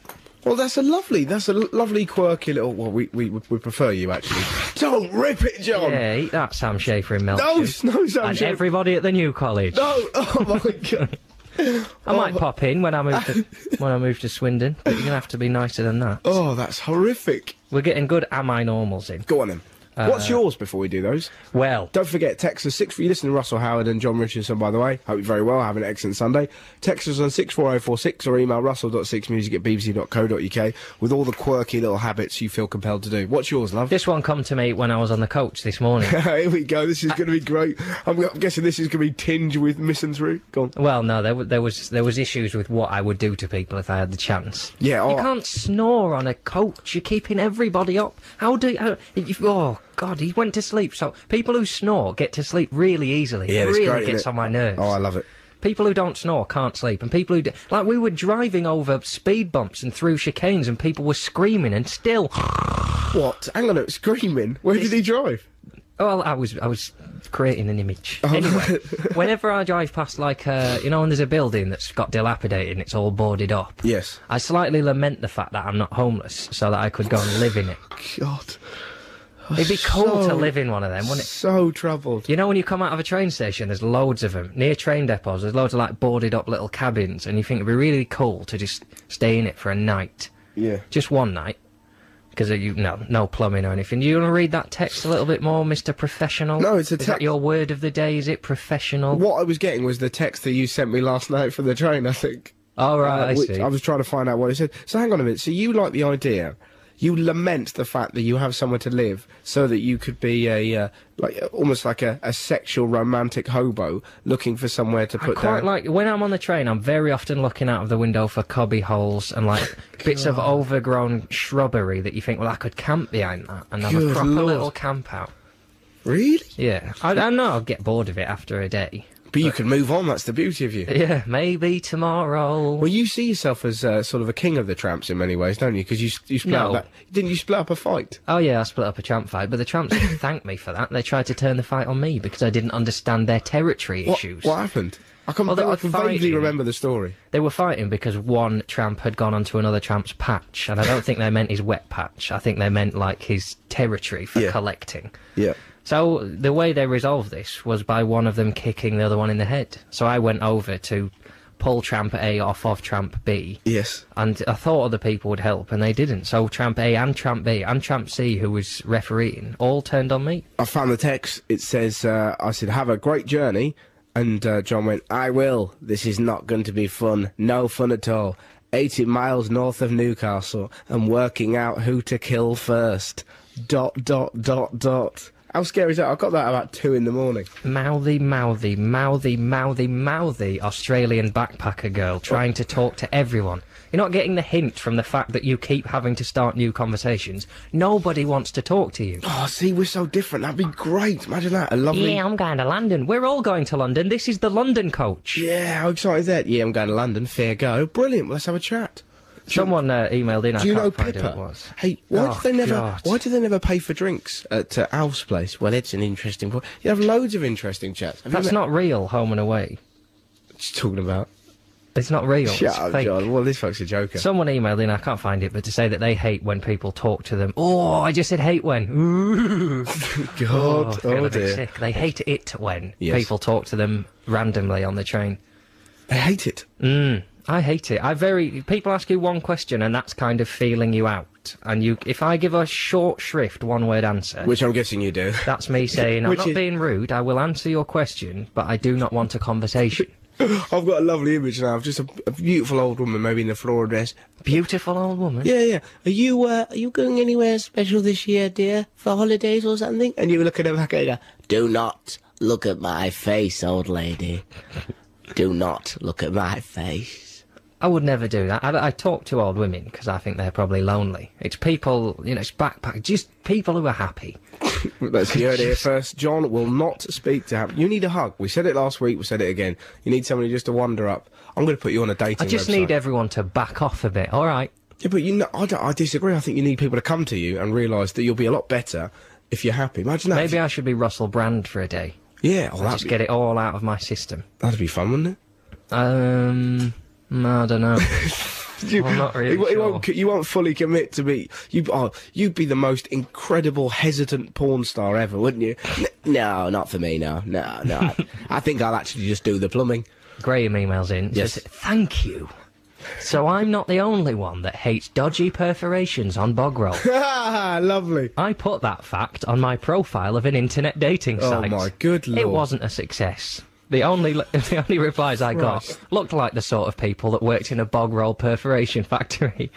Well, that's a lovely, that's a l- lovely quirky little. Well, we we we prefer you actually. Don't rip it, John. Yeah, eat that Sam Schaefer in No, Melksham. s- no, Sam. and Schaefer. everybody at the new college. No. Oh my [LAUGHS] god. I might pop in when I move [LAUGHS] to when I move to Swindon, but you're gonna have to be nicer than that. Oh, that's horrific. We're getting good am I normals in. Go on then. Uh, What's yours before we do those? Well, Don't forget, text us six. You listen to Russell Howard and John Richardson, by the way. Hope you're very well. Have an excellent Sunday. Text us on six four zero four six or email russell.sixmusic at bbc.co.uk with all the quirky little habits you feel compelled to do. What's yours, love? this one come to me when I was on the coach this [LAUGHS] morning. Here we go. This is going to be great. I'm, I'm guessing this is going to be tinged with missing through. Go on. Well, no, there, w- there was there was issues with what I would do to people if I had the chance. Yeah, you oh. can't snore on a coach. You're keeping everybody up. How do? How, you, oh God, he went to sleep. So people who snore get to sleep really easily. it it's really great, isn't gets it? on my nerves. Oh, I love it. People who don't snore can't sleep, and people who do, like we were driving over speed bumps and through chicanes, and people were screaming, and still, What? Hang on, it's screaming. Where did he drive? well, I was I was creating an image. Oh. [LAUGHS] Anyway, whenever I drive past, like uh, you know, when there's a building that's got dilapidated and it's all boarded up, Yes. I slightly lament the fact that I'm not homeless, so that I could go and live in it. God. It'd be cool to so- live in one of them, wouldn't it? So troubled. You know when you come out of a train station, there's loads of them near train depots. There's loads of like boarded up little cabins, and you think it'd be really cool to just stay in it for a night, Yeah. just one night, because you no no plumbing or anything. You want to read that text a little bit more, Mister Professional? No, it's a Is that text- your word of the day? Is it professional? What I was getting was the text that you sent me last night from the train, I think. All right, Uh, Ah, I which see. I was trying to find out what it said. So hang on a minute. So you like the idea? You lament the fact that you have somewhere to live, so that you could be a uh, like uh, almost like a, a sexual romantic hobo looking for somewhere to put quite down. like when I'm on the train, I'm very often looking out of the window for cobby holes [LAUGHS] and like bits of overgrown shrubbery that you think, well, I could camp behind that and have a Good proper lord. little camp out. really? Yeah, I, I know I'll get bored of it after a day. But you can move on. That's the beauty of you. Yeah, maybe tomorrow. Well, you see yourself as uh, sort of a king of the tramps in many ways, don't you? Because you s- you split No. up that, didn't you split up a fight? oh yeah, I split up a tramp fight, but [LAUGHS] the tramps thanked me for that. They tried to turn the fight on me because I didn't understand their territory What, issues. what happened? I can, Well, they I were can fighting. vaguely remember the story. They were fighting because one tramp had gone onto another tramp's patch, and I don't think they meant his wet patch. I think they meant like his territory for Yeah. collecting. Yeah. So the way they resolved this was by one of them kicking the other one in the head. So I went over to pull tramp A off of tramp B. Yes. And I thought other people would help, and they didn't. So Tramp A and Tramp B and Tramp C, who was refereeing, all turned on me. I found the text. It says, uh, I said, have a great journey. And uh, John went, I will. This is not going to be fun. No fun at all. 80 miles north of Newcastle and working out who to kill first. Dot, dot, dot, dot. How scary is that? I got that about two in the morning. Mouthy, mouthy, mouthy, mouthy, mouthy Australian backpacker girl trying to talk to everyone. You're not getting the hint from the fact that you keep having to start new conversations. Nobody wants to talk to you. Oh, see, we're so different. That'd be great. Imagine that. A lovely. Yeah, I'm going to London. We're all going to London. This is the London coach. Yeah, how exciting is that? Yeah, I'm going to London. Fair go. Brilliant. Let's have a chat. Someone uh, emailed in. I Do you can't know find who it Pippa? was. Hey, why Oh, do they never? God. Why do they never pay for drinks at uh, Alf's place? Well, it's an interesting. po- You have loads of interesting chats. Have That's you met- not real. Home and away. What you talking about. It's not real. Shut it's up, fake. John. Well, this fuck's a joker. Someone emailed in, I can't find it, but to say that they hate when people talk to them. Oh, I just said hate when. Ooh. Oh, [LAUGHS] I God, feel oh, a bit dear. sick. They hate it when Yes. people talk to them randomly on the train. I hate it. I hate it. I very people ask you one question and that's kind of feeling you out. And you, if I give a short shrift, one word answer, Which I'm guessing you do. [LAUGHS] that's me saying I'm which not is- being rude. I will answer your question, but I do not want [LAUGHS] a conversation. I've got a lovely image now of just a, a beautiful old woman, maybe in a floral dress. Beautiful old woman. Yeah, yeah. Are you uh, are you going anywhere special this year, dear, for holidays or something? And you look at her back and go, Do not look at my face, old lady. Do not look at my face. I would never do that. I, I talk to old women because I think they're probably lonely. It's people, you know, it's backpack, just people who are happy. Let's hear it here first. John will not speak to him. You need a hug. We said it last week. We said it again. You need somebody just to wander up. I'm going to put you on a dating. I just website. need everyone to back off a bit. All right. Yeah, but you know, I, don't- I disagree. I think you need people to come to you and realise that you'll be a lot better if you're happy. Imagine that. Maybe I should be Russell Brand for a day. yeah. Oh, that'd Just be, get it all out of my system. that'd be fun, wouldn't Um, I [LAUGHS] don't know. it? You, I'm not really It, sure. won't. You won't fully commit to me. You. Oh, you'd be the most incredible hesitant porn star ever, wouldn't you? No, not for me, no. No, no. I, I think I'll actually just do the [LAUGHS] plumbing. Graham emails in. and Yes. Says, Thank you. So I'm not the only one that hates dodgy perforations on bog roll. Ah, lovely. I put that fact on my profile of an internet dating Oh, site. my good It lord. wasn't a success. The only [LAUGHS] the only replies I got looked like the sort of people that worked in a bog roll perforation [LAUGHS] factory.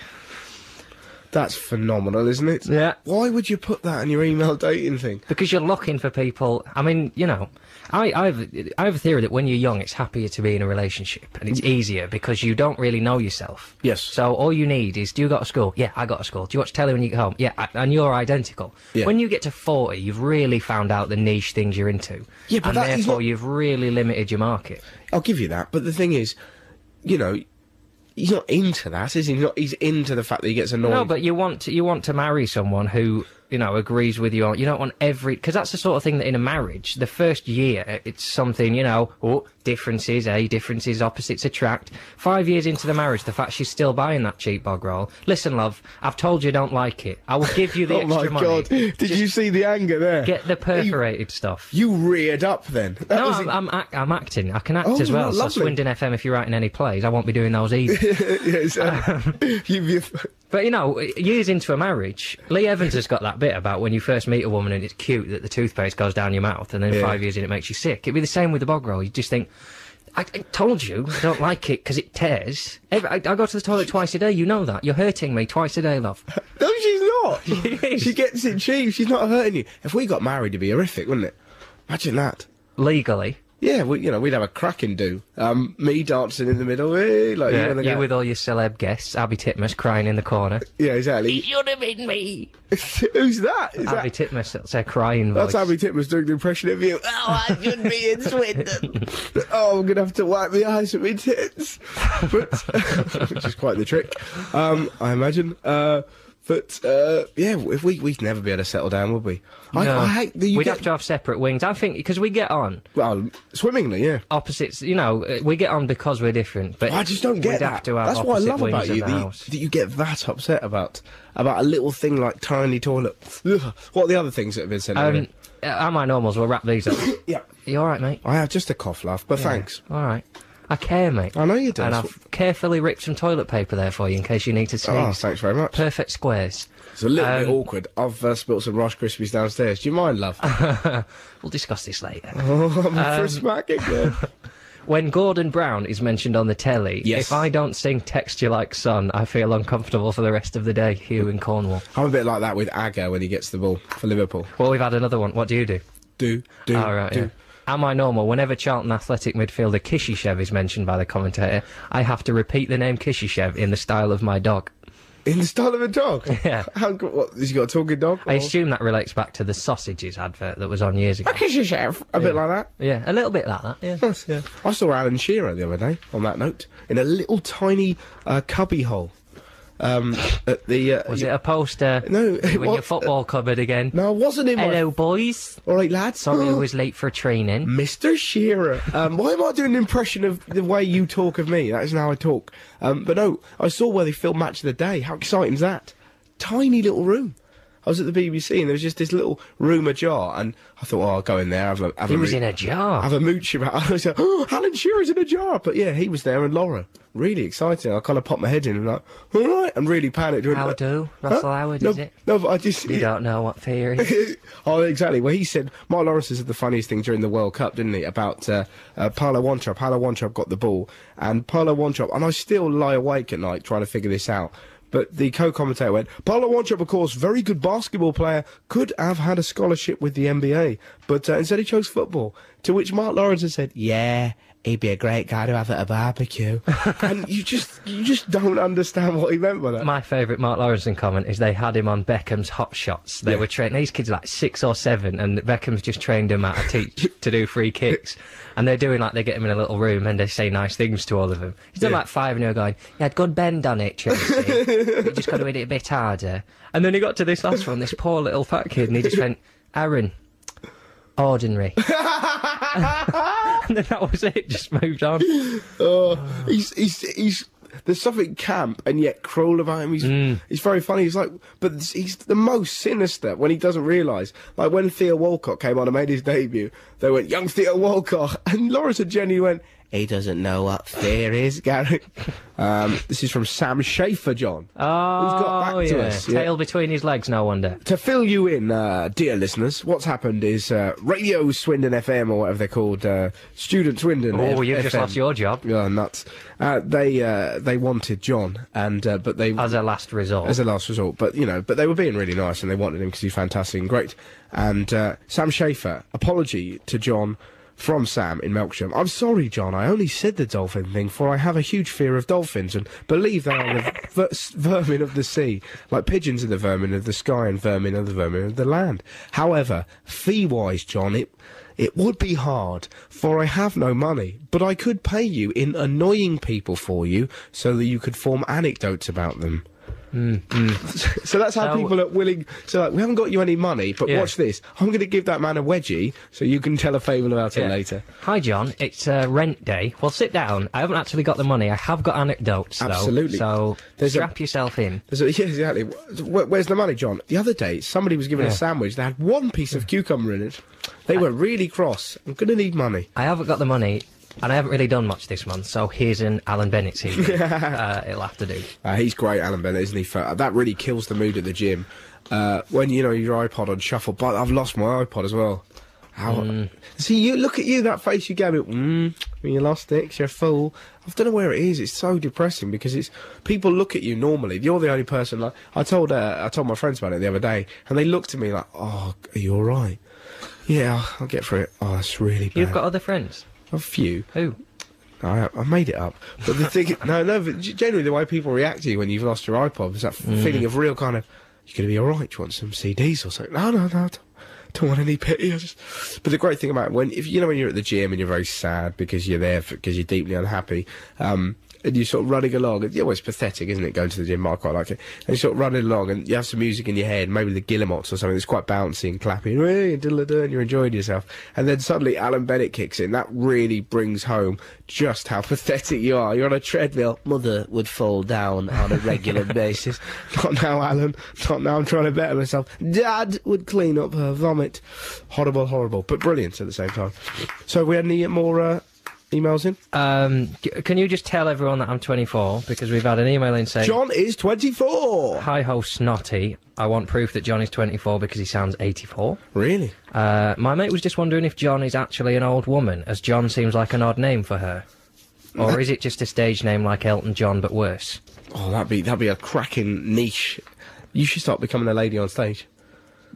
That's phenomenal, isn't it? Yeah. Why would you put that in your email dating thing? Because you're looking for people. I mean, you know, I, I have I have a theory that when you're young, it's happier to be in a relationship and it's easier because you don't really know yourself. Mm. Yes. So all you need is, do you go to school? Yeah, I got to school. Do you watch telly when you get home? Yeah, I, and you're identical. Yeah. When you get to forty, you've really found out the niche things you're into. Yeah, but and that is therefore not- you've really limited your market. I'll give you that. But the thing is, you know, he's not into that, is he? He's, not, he's into the fact that he gets annoyed. No, but you want to, you want to marry someone who you know agrees with you on. You don't want every because that's the sort of thing that in a marriage, the first year uh, it's something you know. Oh, differences, eh? Differences, opposites attract. Five years into the marriage, the fact she's still buying that cheap bog roll. Listen, love, I've told you I don't like it. I will give you the [LAUGHS] Oh extra my money. god! Did you see the anger there? Get the perforated stuff. You reared up then. That No, was I'm, it. I'm, act, I'm acting. I can act Oh, as well. well, So lovely. Swindon FM, if you're writing any plays, I won't be doing those either. [LAUGHS] Yes, uh, Um, you- you- but you know, years into a marriage, Lee Evans has got that bit about when you first meet a woman and it's cute that the toothpaste goes down your mouth, and then Yeah. five years in it makes you sick. It'd be the same with the bog roll. You just think. I, I told you I don't like it because it tears. Every, I, I go to the toilet twice a day. You know that. You're hurting me twice a day, love. no, she's [LAUGHS] not. She is. gets it cheap. She's not hurting you. If we got married, it'd be horrific, wouldn't it? Imagine that. Legally, Yeah, we, you know, we'd have a cracking do. Um, me dancing in the middle, hey, like you yeah, know, you the guy- with all your celeb guests, Abby Titmus crying in the corner. yeah, exactly. Should have been me. [LAUGHS] Who's that? Is Abby that Titmus, that's her crying that's voice. Abby Titmus doing the impression of you. Oh, I should be in Swindon. [LAUGHS] oh, I'm gonna have to wipe my eyes with my tits, but [LAUGHS] which is quite the trick, um, I imagine. Uh, but uh, yeah, if we we'd never be able to settle down, would we? No. I, I hate the you We'd get, have to have separate wings. I think because we get on well swimmingly, yeah. opposites. You know, uh, we get on because we're different. But I just don't we'd get Have that. to have That's what I opposite love wings about in you the that, you house. that you get that upset about about a little thing like tiny toilet. [LAUGHS] Ugh. What are the other things that have been said? um, already? uh, am I normals? We'll wrap these up. [LAUGHS] yeah, you all right, mate? I have just a cough laugh, but thanks. All right. I care, mate. I know you do. And That's I've carefully ripped some toilet paper there for you in case you need to Oh, sneeze. thanks very much. Perfect squares. It's a little bit Um, awkward. I've uh, spilt some Rice Krispies downstairs. Do you mind, [LAUGHS] love? We'll discuss this later. Oh, [LAUGHS] Um, I'm for a smacking there. When Gordon Brown is mentioned on the telly, Yes. if I don't sing Text You Like Son, I feel uncomfortable for the rest of the day, Hugh in Cornwall. I'm a bit like that with Agger when he gets the ball for Liverpool. Well, we've had another one. What do you do? Do, do, All Oh, right. do. Yeah. Am I normal? Whenever Charlton athletic midfielder Kishishev is mentioned by the commentator, I have to repeat the name Kishishev in the style of my dog. In the style of a dog. [LAUGHS] Yeah. How, go- what, has he got a talking dog? I assume that relates back to the sausages advert that was on years ago. Kiss your chef. A bit like that. Yeah, a little bit like that. Yeah. Yeah. I saw Alan Shearer the other day, on that note, in a little tiny uh, cubby hole. Um, at the. Uh, Was it a poster? [LAUGHS] No, You it in your was- uh, football cupboard again. No, I wasn't in Hello, my. boys. All right, lads. Sorry, I was late [GASPS] for training. Mr. Shearer. Um, why am I doing an impression of the way you talk of me? That isn't how I talk. Um, but no, I saw where they filmed Match of the Day. How exciting is that? Tiny little room. I was at the BBC and there was just this little room ajar, and I thought, oh, I'll go in there. Have a, have He a was roo- in a jar. Have a mooch about. [LAUGHS] I was like, oh, Alan Shearer's in a jar. But yeah, he was there, and Laura. Really exciting. I kind of popped my head in and like, all right, and really panicked. Went, How do? "Huh? Russell Howard, no, is it? No, but I just. You don't know what [LAUGHS] theory. oh, exactly. Well, he said Mark Lawrence said the funniest thing during the World Cup, didn't he? About uh, uh, Paolo Wontrop. Paolo Wontrop got the ball, and Paolo Wontrop. And I still lie awake at night trying to figure this out. But the co-commentator went, Paolo Wontrop, of course, very good basketball player, could have had a scholarship with the NBA, but uh, instead he chose football. To which Mark Lawrence had said, "Yeah, he'd be a great guy to have at a barbecue." and you just, you just don't understand what he meant by that. My favourite Mark Lawrence comment is they had him on Beckham's hot shots. They were training these kids are like six or seven, and Beckham's just trained them how [LAUGHS] to teach to do free kicks. And they're doing like they get him in a little room and they say nice things to all of them. He's done Yeah. like five, and they're going, "You had good bend on [LAUGHS] it, Tracy. you just got to hit it a bit harder." And then he got to this last one, this poor little fat kid, and he just went, "Aaron." [LAUGHS] Ordinary. [LAUGHS] and then that was it, just moved on. Oh, he's he's he's there's something camp and yet cruel about him. He's Mm. he's very funny. He's like, but he's the most sinister when he doesn't realise. Like when Theo Walcott came on and made his debut, they went young Theo Walcott, [LAUGHS] and Lawrence and Jenny went. He doesn't know what fear is, [LAUGHS] Gary. Um, this is from Sam Schaefer, John. Oh, Who's got back yeah. to us, yeah. Tail between his legs, no wonder. To fill you in, uh, dear listeners, what's happened is uh, Radio Swindon FM, or whatever they're called, uh, Student Swindon. Oh, F- you've just FM. lost your job. Yeah, nuts. Uh, they uh, they wanted John, and uh, but they as a last resort. as a last resort. But you know, but they were being really nice, and they wanted him because he's fantastic and great. And uh, Sam Schaefer, apology to John from Sam in Melksham. I'm sorry, John. I only said the dolphin thing, for I have a huge fear of dolphins and believe they are the ver- s- vermin of the sea, like pigeons are the vermin of the sky and vermin are the vermin of the land. However, fee-wise, John, it it would be hard, for I have no money, but I could pay you in annoying people for you so that you could form anecdotes about them. So that's how So- people are willing. So like, we haven't got you any money, but Yeah. watch this. I'm going to give that man a wedgie, so you can tell a fable about it Yeah. later. Hi, John. It's uh, rent day. Well, sit down. I haven't actually got the money. I have got anecdotes, though. Absolutely. So There's a- [LAUGHS] strap yourself in. So, yeah, exactly. Where, where's the money, John? The other day, somebody was given a Yeah. Uh, sandwich that had one piece of cucumber in it. They were really cross. I'm going to need money. I haven't got the money, and I haven't really done much this month. So here's an Alan [LAUGHS] Bennett CV. uh, it'll have to do. Uh, he's great, Alan Bennett, isn't he? For, uh, that really kills the mood at the gym. Uh, when you know your iPod on shuffle, but I've lost my iPod as well. How? Hmm. See you. Look at you. That face you gave me. Mm, when you lost it, 'cause you're a fool. I don't know where it is. It's so depressing because it's people look at you normally. You're the only person. Like I told, uh, I told my friends about it the other day, and they looked at me like, "Oh, are you all right? Yeah, I'll get through it. Oh, that's really bad. You've got other friends. a few. Who? I, I made it up. But the thing, no, no, but g- generally the way people react to you when you've lost your iPod is that feeling of real kind of, you're going to be all right. Do you want some CDs or something? No, no, no. I Don't, don't want any pity. [LAUGHS] I just... But the great thing about when, if you know, when you're at the gym and you're very sad because you're there because you're deeply unhappy, um, and you're sort of running along. and- Yeah, well, it's pathetic, isn't it? Going to the gym, I quite like it. And you're sort of running along, and you have some music in your head, maybe the Guillemots or something that's quite bouncy and clappy, and diddle-a-do, and you're enjoying yourself. And then suddenly Alan Bennett kicks in. That really brings home just how [LAUGHS] pathetic you are. You're on a treadmill. Mother would fall down on a regular basis. Not now, Alan. Not now. I'm trying to better myself. Dad would clean up her vomit. Horrible, horrible, but brilliant at the same time. So, we had any more uh, emails in? Um, c- can you just tell everyone that I'm 24? Because we've had an email in saying, John is 24. "Hi ho, snotty. I want proof that John is 24 because he sounds 84." Really? Uh, my mate was just wondering if John is actually an old woman, as John seems like an odd name for her. Or is it just a stage name like Elton John but worse? Oh, that'd be that'd be a cracking niche. You should start becoming a lady on stage.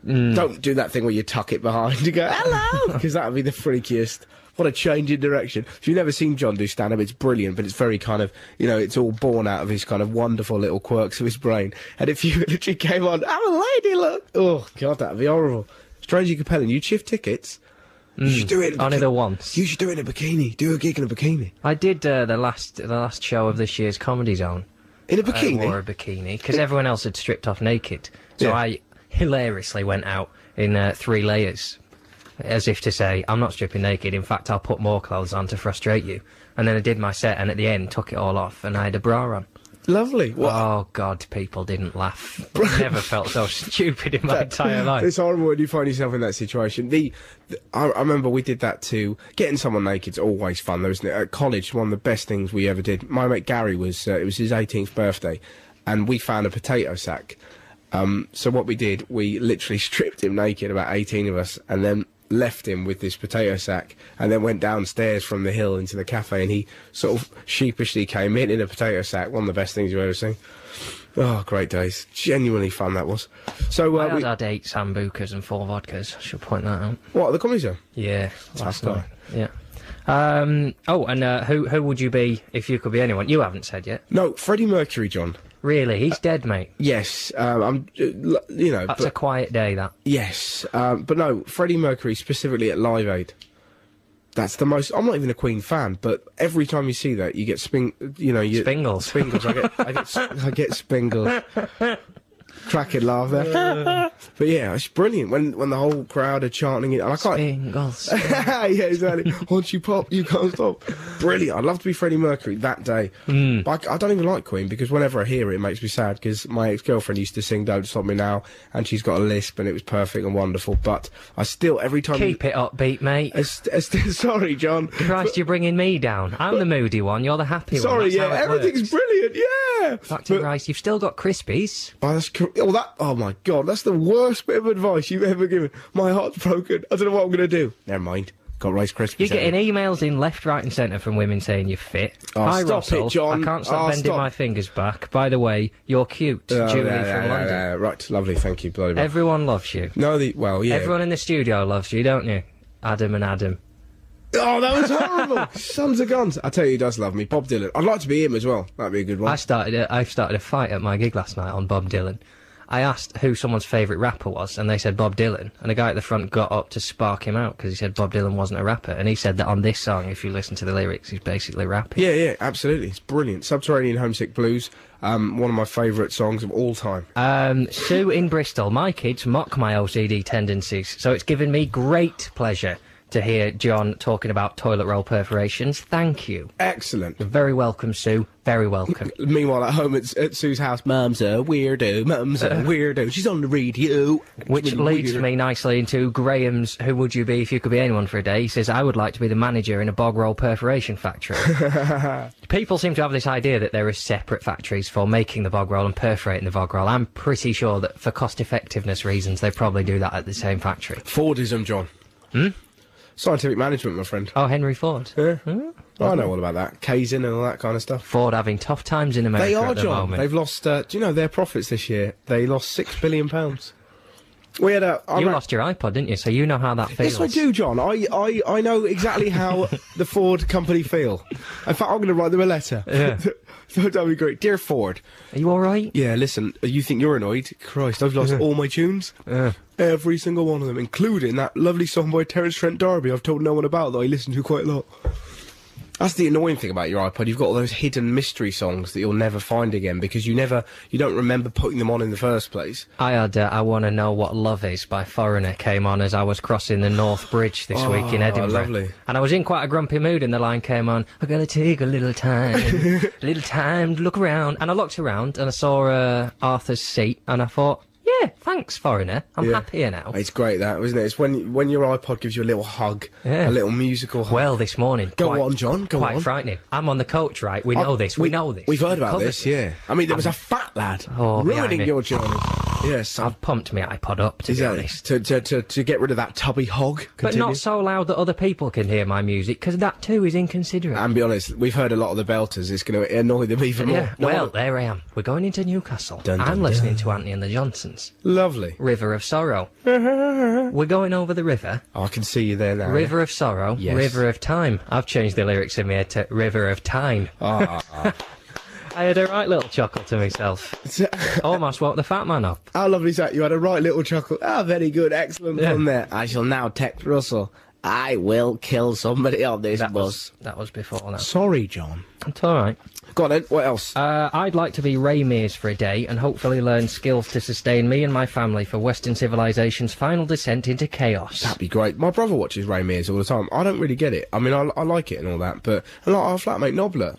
Don't do that thing where you tuck it behind and go [LAUGHS] hello, because that would be the freakiest. What a change in direction. If you've never seen John do stand up, it's brilliant, but it's very kind of, you know, it's all born out of his kind of wonderful little quirks of his brain. And if you [LAUGHS] literally came on, I'm a lady, look. Oh, God, that'd be horrible. Strangely compelling. You'd shift tickets. You should do it. in Mm. a Only the bikini. once. You should do it in a bikini. Do a gig in a bikini. I did uh, the last the last show of this year's Comedy Zone. In a I bikini? wore a bikini because everyone else had stripped off naked. So Yeah. I hilariously went out in uh, three layers, as if to say, "I'm not stripping naked. In fact, I'll put more clothes on to frustrate you." And then I did my set, and at the end, took it all off, and I had a bra on. Lovely. What Oh God, people [LAUGHS] didn't laugh. I never felt so stupid in my entire life. It's horrible when you find yourself in that situation. The, the- I, I remember we did that too. Getting someone naked's always fun, though, isn't it? At college, one of the best things we ever did. My mate Gary was uh, it was his 18th birthday, and we found a potato sack. Um, so what we did, we literally [LAUGHS] stripped him naked, about 18 of us, and then left him with this potato sack and then went downstairs from the hill into the cafe and he sort of sheepishly came in in a potato sack one of the best things you've ever seen oh great days genuinely fun that was so uh, I we- had, had eight sambucas and four vodkas. I should point that out. what, the comedy show? Yeah, last guy. night. Yeah. Um, oh, and uh, who who would you be if you could be anyone? You haven't said yet. No, Freddie Mercury, John. Really, he's dead, mate. Yes, um, I'm, uh, l- you know, That's but, a quiet day. That yes, um, but no, Freddie Mercury specifically at Live Aid. That's the most. I'm not even a Queen fan, but every time you see that, you get sping. You know, you Spingles. Spingles. I get, I get, s- I get spingles. Cracking laugh [LAUGHS] there. but yeah, it's brilliant when when the whole crowd are chanting it. And I can't. [LAUGHS] Spingles. yeah, exactly. Once you pop, you can't stop. Brilliant. I'd love to be Freddie Mercury that day. Mm. But I, I don't even like Queen because whenever I hear it, it makes me sad because my ex girlfriend used to sing Don't Stop Me Now and she's got a lisp and it was perfect and wonderful. But I still, every time. Keep it upbeat, mate. [LAUGHS] I st- I st- [LAUGHS] sorry, John. Christ, you're bringing me down. I'm the moody one. You're the happy [LAUGHS] one. Sorry, That's yeah, how it everything's works. brilliant, yeah. Back to But- rice. You've still got crispies. Oh, that's cor- oh that oh my god, that's the worst bit of advice you've ever given. My heart's broken. I don't know what I'm gonna do. Never mind. Got Rice Krispies. You're haven't I? getting emails in left, right, and centre from women saying you're fit. Oh, Hi, stop Russell. it, John. I can't stop Oh, bending stop. my fingers back. By the way, you're cute, Oh, Julie yeah, yeah, from yeah, London. yeah, Right, lovely, thank you, bloody much. Everyone loves you. No, the well, yeah. Everyone in the studio loves you, don't you? Adam and Adam. Oh, that was [LAUGHS] horrible. Sons of guns. I tell you, he does love me, Bob Dylan. I'd like to be him as well. That'd be a good one. I started. A, I started a fight at my gig last night on Bob Dylan. I asked who someone's favourite rapper was, and they said Bob Dylan. And a guy at the front got up to spark him out because he said Bob Dylan wasn't a rapper. And he said that on this song, if you listen to the lyrics, he's basically rapping. Yeah, yeah, absolutely. It's brilliant. Subterranean Homesick Blues, um, one of my favourite songs of all time. Um, Sue in Bristol, my kids mock my OCD tendencies, so it's given me great pleasure to hear John talking about toilet roll perforations. Thank you. Excellent. Very welcome, Sue. Very welcome. Meanwhile, at home at, at Sue's house, Mum's a weirdo, Mum's a weirdo, she's on the radio. Uh. Which leads me nicely into Graham's Who Would You Be If You Could Be Anyone for a Day? He says, I would like to be the manager in a bog roll perforation factory. People seem to have this idea that there are separate factories for making the bog roll and perforating the bog roll. I'm pretty sure that for cost effectiveness reasons, they probably do that at the same factory. Fordism, John. Hmm? Scientific management, my friend. Oh, Henry Ford. Yeah. I know all about that. Kazin and all that kind of stuff. Ford having tough times in America They are, at the John. moment. They've lost, uh, do you know, their profits this year? They lost £6 billion. pounds. We had a. I'm You at- lost your iPod, didn't you? So you know how that Yes, feels. I do, John. I, I, I know exactly how [LAUGHS] the Ford company feel. In fact, I'm going to write them a letter. [LAUGHS] Yeah. That'd be great. Dear Ford, Are you all right? Yeah, listen, you think you're annoyed? Christ, I've lost all my tunes. Every single one of them, including that lovely song by Terence Trent D'Arby I've told no one about that I listen to quite a lot. That's the annoying thing about your iPod. You've got all those hidden mystery songs that you'll never find again because you never, you don't remember putting them on in the first place. I had uh, I Want to Know What Love Is by Foreigner came on as I was crossing the North Bridge this week in Edinburgh. Oh, lovely. And I was in quite a grumpy mood and the line came on, I gotta take a little [LAUGHS] time, a little time to look around. And I looked around and I saw uh, Arthur's seat and I thought, yeah, thanks, Foreigner. I'm Yeah. happier now. It's great that, isn't it? It's when when your iPod gives you a little hug, Yeah. a little musical hug. Well, this morning. Go quite, on, John, go quite on. frightening. I'm on the coach, right? We know this. We, know this. We've heard about covered this, yeah. I mean, there was a fat lad Oh, behind ruining me. your [LAUGHS] journey. Yes, I've I've pumped my iPod up, to be Exactly. honest. To, to, to, to get rid of that tubby hog. But Continue. not so loud that other people can hear my music, because that too is inconsiderate. And be honest, we've heard a lot of the belters. It's going to annoy them even more. Yeah, Ah, No, well, no. there I am. We're going into Newcastle. Dun, dun, I'm listening to Anthony and the Johnsons. lovely. River of Sorrow. We're going over the river. Oh, I can see you there now. River of Sorrow. Yes. River of Time. I've changed the lyrics in here to River of Time. Ah, ah, [LAUGHS] I had a right little chuckle [LAUGHS] to myself. ah. Almost woke the fat man up. How lovely is that? You had a right little chuckle. Ah, very good. Excellent Yeah. from there. I shall now text Russell. I will kill somebody on this That was, bus. that was before that. Sorry, John. It's all right. Go on then. What else? Uh, I'd like to be Ray Mears for a day and hopefully learn skills to sustain me and my family for Western civilization's final descent into chaos. That'd be great. My brother watches Ray Mears all the time. I don't really get it. I mean, I, I like it and all that, but and like our flatmate Nobler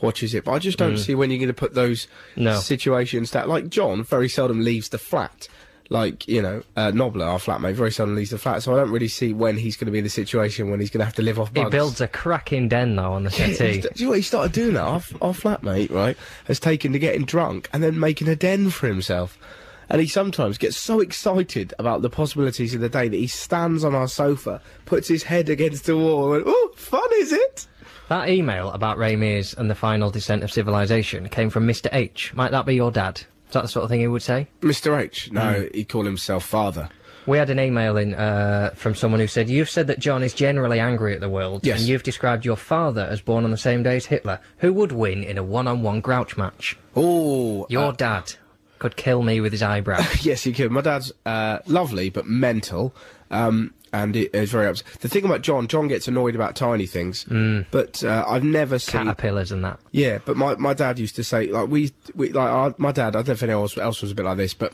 watches it. But I just don't see when you're going to put those Mm. No. situations that, like John, very seldom leaves the flat. Like you know, uh, Nobler, our flatmate, very seldom leaves the flat. So I don't really see when he's going to be in the situation when he's going to have to live off. it Bugs. builds a cracking den [LAUGHS] though on the Do settee. you know what he started doing? That our, our flatmate, right, has taken to getting drunk and then making a den for himself. And he sometimes gets so excited about the possibilities of the day that he stands on our sofa, puts his head against the wall, and oh, fun is it? That email about Ray Mears and the final descent of civilization came from Mr. H. Might that be your dad? Is that the sort of thing he would say? Mr. H. No, he'd call himself father. We had an email in uh, from someone who said, You've said that John is generally angry at the world, Yes. and you've described your father as born on the same day as Hitler. Who would win in a one on one grouch match? Oh, Your dad could kill me with his eyebrow. Yes, he could. My dad's uh, lovely but mental, um, and it is very upset. The thing about John, John gets annoyed about tiny things, but uh, I've never seen Caterpillars and that. Yeah, but my, my dad used to say like we we like our, my dad. I don't know if anyone else, else was a bit like this, but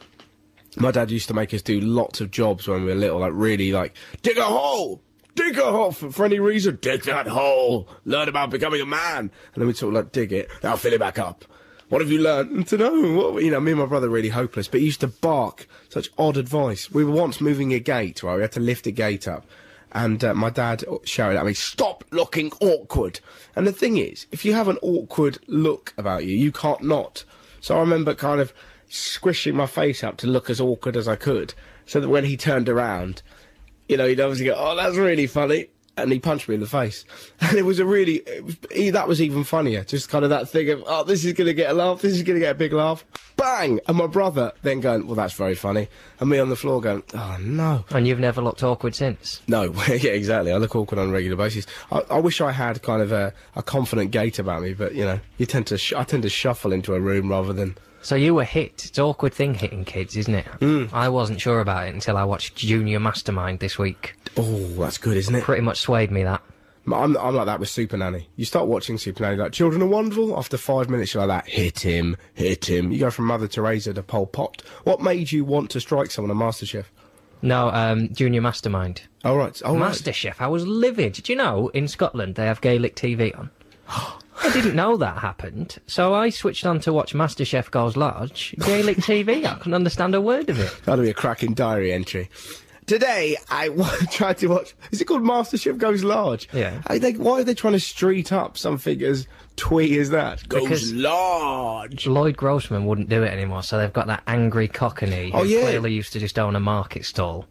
my dad used to make us do lots of jobs when we were little, like really like dig a hole, dig a hole for, for any reason, dig that hole, learn about becoming a man, and then we'd sort of like dig it, now fill it back up. What have you learned to know? What, you know, me and my brother are really hopeless, but he used to bark such odd advice. We were once moving a gate, right? We had to lift a gate up. And uh, my dad shouted at me, "Stop looking awkward." And the thing is, if you have an awkward look about you, you can't not. So I remember kind of squishing my face up to look as awkward as I could, so that when he turned around, you know, he'd obviously go, "Oh, that's really funny," and he punched me in the face. [LAUGHS] And it was a really, it was, he, that was even funnier. Just kind of that thing of, "Oh, this is gonna get a laugh. This is gonna get a big laugh." Bang! And my brother then going, "Well, that's very funny," and me on the floor going, "Oh no." And you've never looked awkward since. No, [LAUGHS] yeah, exactly. I look awkward on a regular basis. I, I wish I had kind of a, a confident gait about me, but you know, you tend to sh- I tend to shuffle into a room rather than So you were hit. It's an awkward thing hitting kids, isn't it? I wasn't sure about it until I watched Junior Mastermind this week. Oh, that's good, isn't it? Pretty much swayed me that. I'm, I'm like that with Super Nanny. You start watching Super Nanny, like Children are Wonderful. After five minutes, you're like that. Hit him, hit him. You go from Mother Teresa to Pol Pot. What made you want to strike someone on MasterChef? No, um, Junior Mastermind. All right, all right. MasterChef, I was livid. Do you know, in Scotland, they have Gaelic TV on? I didn't know that happened, so I switched on to watch MasterChef Goes Large. Gaelic TV, I couldn't understand a word of it. That'll be a cracking diary entry. Today, I [LAUGHS] wa- tried to watch. Is it called MasterChef Goes Large? Yeah. I think, why are they trying to street up some figures? Tweet as that goes Because- large. Lloyd Grossman wouldn't do it anymore, so they've got that angry cockney who Oh, yeah. clearly used to just own a market stall.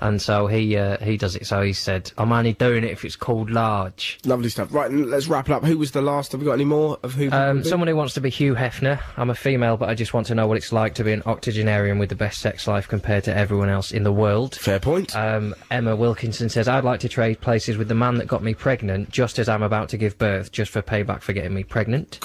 And so he uh, he does it. So he said, "I'm only doing it if it's called large." Lovely stuff. Right, n- let's wrap it up. Who was the last? Have we got any more of who? Um, someone who wants to be Hugh Hefner. I'm a female, but I just want to know what it's like to be an octogenarian with the best sex life compared to everyone else in the world. Fair point. Um, Emma Wilkinson says, I'd like to trade places with the man that got me pregnant just as I'm about to give birth, just for payback for getting me pregnant.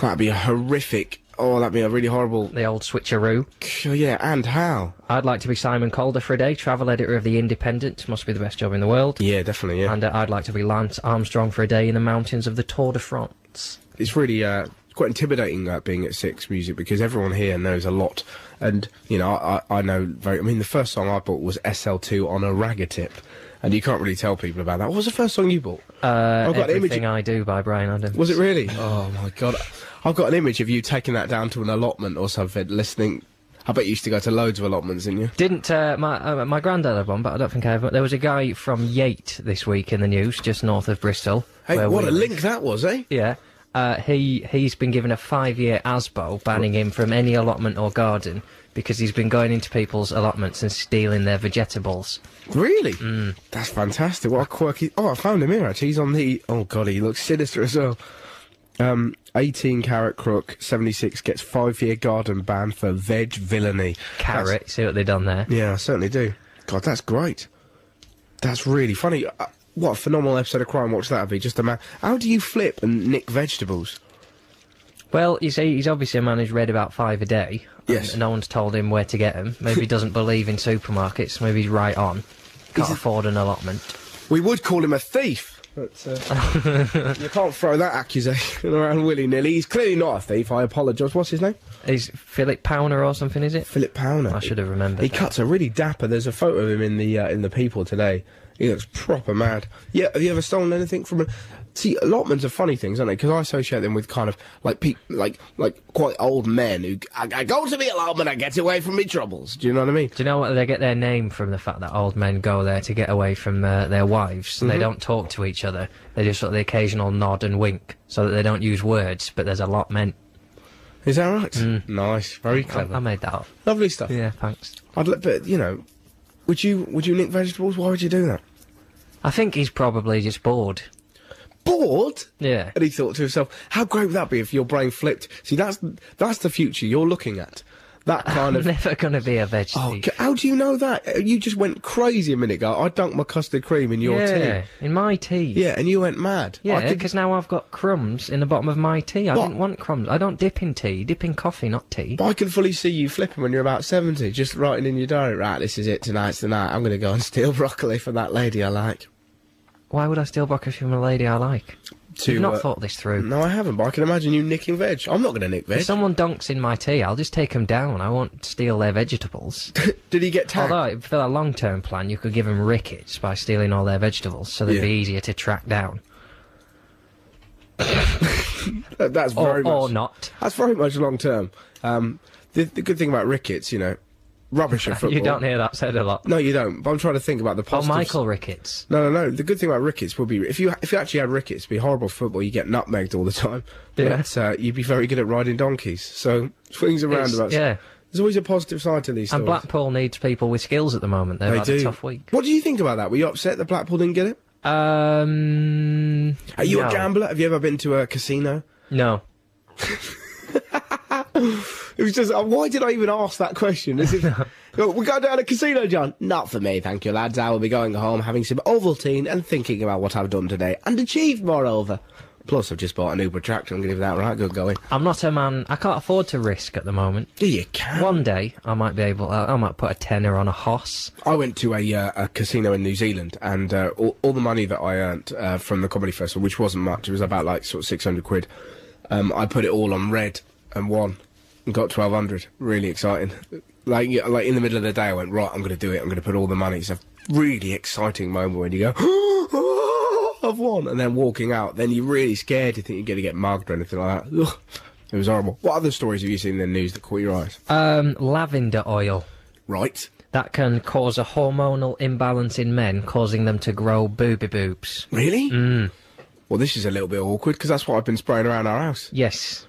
that'd be a horrific. Oh, that'd be a really horrible. The old switcheroo. Oh, yeah, and how? I'd like to be Simon Calder for a day, travel editor of The Independent. Must be the best job in the world. Yeah, definitely. Yeah, And uh, I'd like to be Lance Armstrong for a day in the mountains of the Tour de France. it's really uh, quite intimidating uh, being at six music because everyone here knows a lot, and you know I, I I know very. I mean, the first song I bought was SL2 on a ragger tip, and you can't really tell people about that. What was the first song you bought? Uh, Oh, I've got an image- Everything I Do by Brian Adams. Was it [LAUGHS] really? Oh my god, I've got an image of you taking that down to an allotment or something, listening. I bet you used to go to loads of allotments, didn't you? Didn't uh, my uh, my granddad had one, but I don't think I ever. There was a guy from Yate this week in the news, just north of Bristol. Hey, where what we a live. link that was, eh? Yeah. Uh, he he's been given a five year ASBO banning him from any allotment or garden because he's been going into people's allotments and stealing their vegetables. Really? That's fantastic. What a quirky. Oh, I found him here actually. He's on the. Oh god, he looks sinister as well. Um, 18 carat crook, 76 gets five year garden ban for veg villainy. Carrot, see what they've done there. That's- yeah, I certainly do. God, that's great. That's really funny. Uh, what a phenomenal episode of Crime Watch that'd be. Just a man. How do you flip and nick vegetables? Well, you see, he's obviously a man who's read about five a day. and Yes. no one's told him where to get them. [LAUGHS] Maybe he doesn't believe in supermarkets. Maybe he's right on. Can't afford an allotment. We would call him a thief. But uh, you can't throw that accusation [LAUGHS] around willy nilly. He's clearly not a thief. I apologise. What's his name? He's Philip Powner or something, is it? Philip Powner. I should have remembered. He that. cuts a really dapper. There's a photo of him in the uh, in the People today. He looks proper mad. Yeah, have you ever stolen anything from? A... See, allotments are funny things, aren't they? Because I associate them with kind of like pe- like like quite old men who I, I go to the allotment, I get away from me troubles. Do you know what I mean? Do you know what? They get their name from the fact that old men go there to get away from uh, their wives. Mm-hmm. They don't talk to each other. They just sort of the occasional nod and wink, so that they don't use words. But there's a lot meant. Is that right? Nice, very I, clever, I made that up. lovely stuff. Mm. Yeah, thanks. I'd let, but you know, would you would you nick vegetables? Why would you do that? I think he's probably just bored. Bored. [LAUGHS] Yeah. And he thought to himself, how great would that be if your brain flipped? See, that's that's the future you're looking at. That kind I'm [LAUGHS] of never gonna be a veggie. Oh, c- how do you know that? Uh, You just went crazy a minute ago. I dunked my custard cream in your yeah, tea. in my tea. Yeah, and you went mad. I Yeah, could- because now I've got crumbs in the bottom of my tea. I What? don't want crumbs. I don't dip in tea. Dip in coffee, not tea. but I can fully see you flipping when you're about 70, just writing in your diary, right, this is it, tonight's the night. I'm going to go and [LAUGHS] steal broccoli from that lady I like. Why would I steal broccoli from a lady I like? To, You've not uh, thought this through. No, I haven't, but I can imagine you nicking veg. I'm not going to nick If veg. someone dunks in my tea, I'll just take them down. I won't steal their [LAUGHS] vegetables. Did he get tagged? Although, for that long term plan, you could give them rickets by stealing all their vegetables, so they'd Yeah. be easier to track down. That- That's very Or, much. or not. That's very much long term. Um, the, the good thing about rickets, you know, rubbish in football. [LAUGHS] You don't hear that said a lot. No, you don't. But I'm trying to think about the Oh, positive Michael Ricketts. No, no, no. The good thing about rickets would be if you if you actually had rickets, it'd be horrible for football. You get nutmegged all the [LAUGHS] time. Yeah. But uh, you'd be very good at riding donkeys. So [LAUGHS] swings and It's- roundabouts. yeah. There's always a positive side to these And stories. Blackpool needs people with skills at the moment. They've they had do. a tough week. What do you think about that? Were you upset that Blackpool didn't get it? Um, Are you no. a gambler? Have you ever been to a casino? No. It was just uh, why did I even ask that question? Is it, Oh, we go down to casino, John. Not for me, thank you, lads. I will be going home, having some Ovaltine, and thinking about what I've done today and achieved, moreover. Plus, I've just bought an new protractor. I'm going to give that a right good going. I'm not a man. I can't afford to risk at [GASPS] the moment. Do you can? One day I might be able. I I might put a tenner on a hoss. I went to a, uh, a casino in New Zealand, and uh, all, all the money that I earned uh, from the comedy festival, which wasn't much, it was about like sort of six hundred quid. Um, I put it all on red and won, and got twelve hundred. Really exciting. Like yeah, like in the middle of the day, I went right. I'm going to do it. I'm going to put all the money. It's a really exciting moment when [GASPS] you go, I've won, and then walking out. Then you're really scared. You think you're going to get mugged or anything like that. Ugh. It was horrible. What other stories have you seen in the news that caught your eyes? Um, lavender oil. Right. That can cause a hormonal imbalance in men, causing them to grow booby boobs. Really? Well, this is a little bit awkward because that's what I've been spraying around our house. Yes,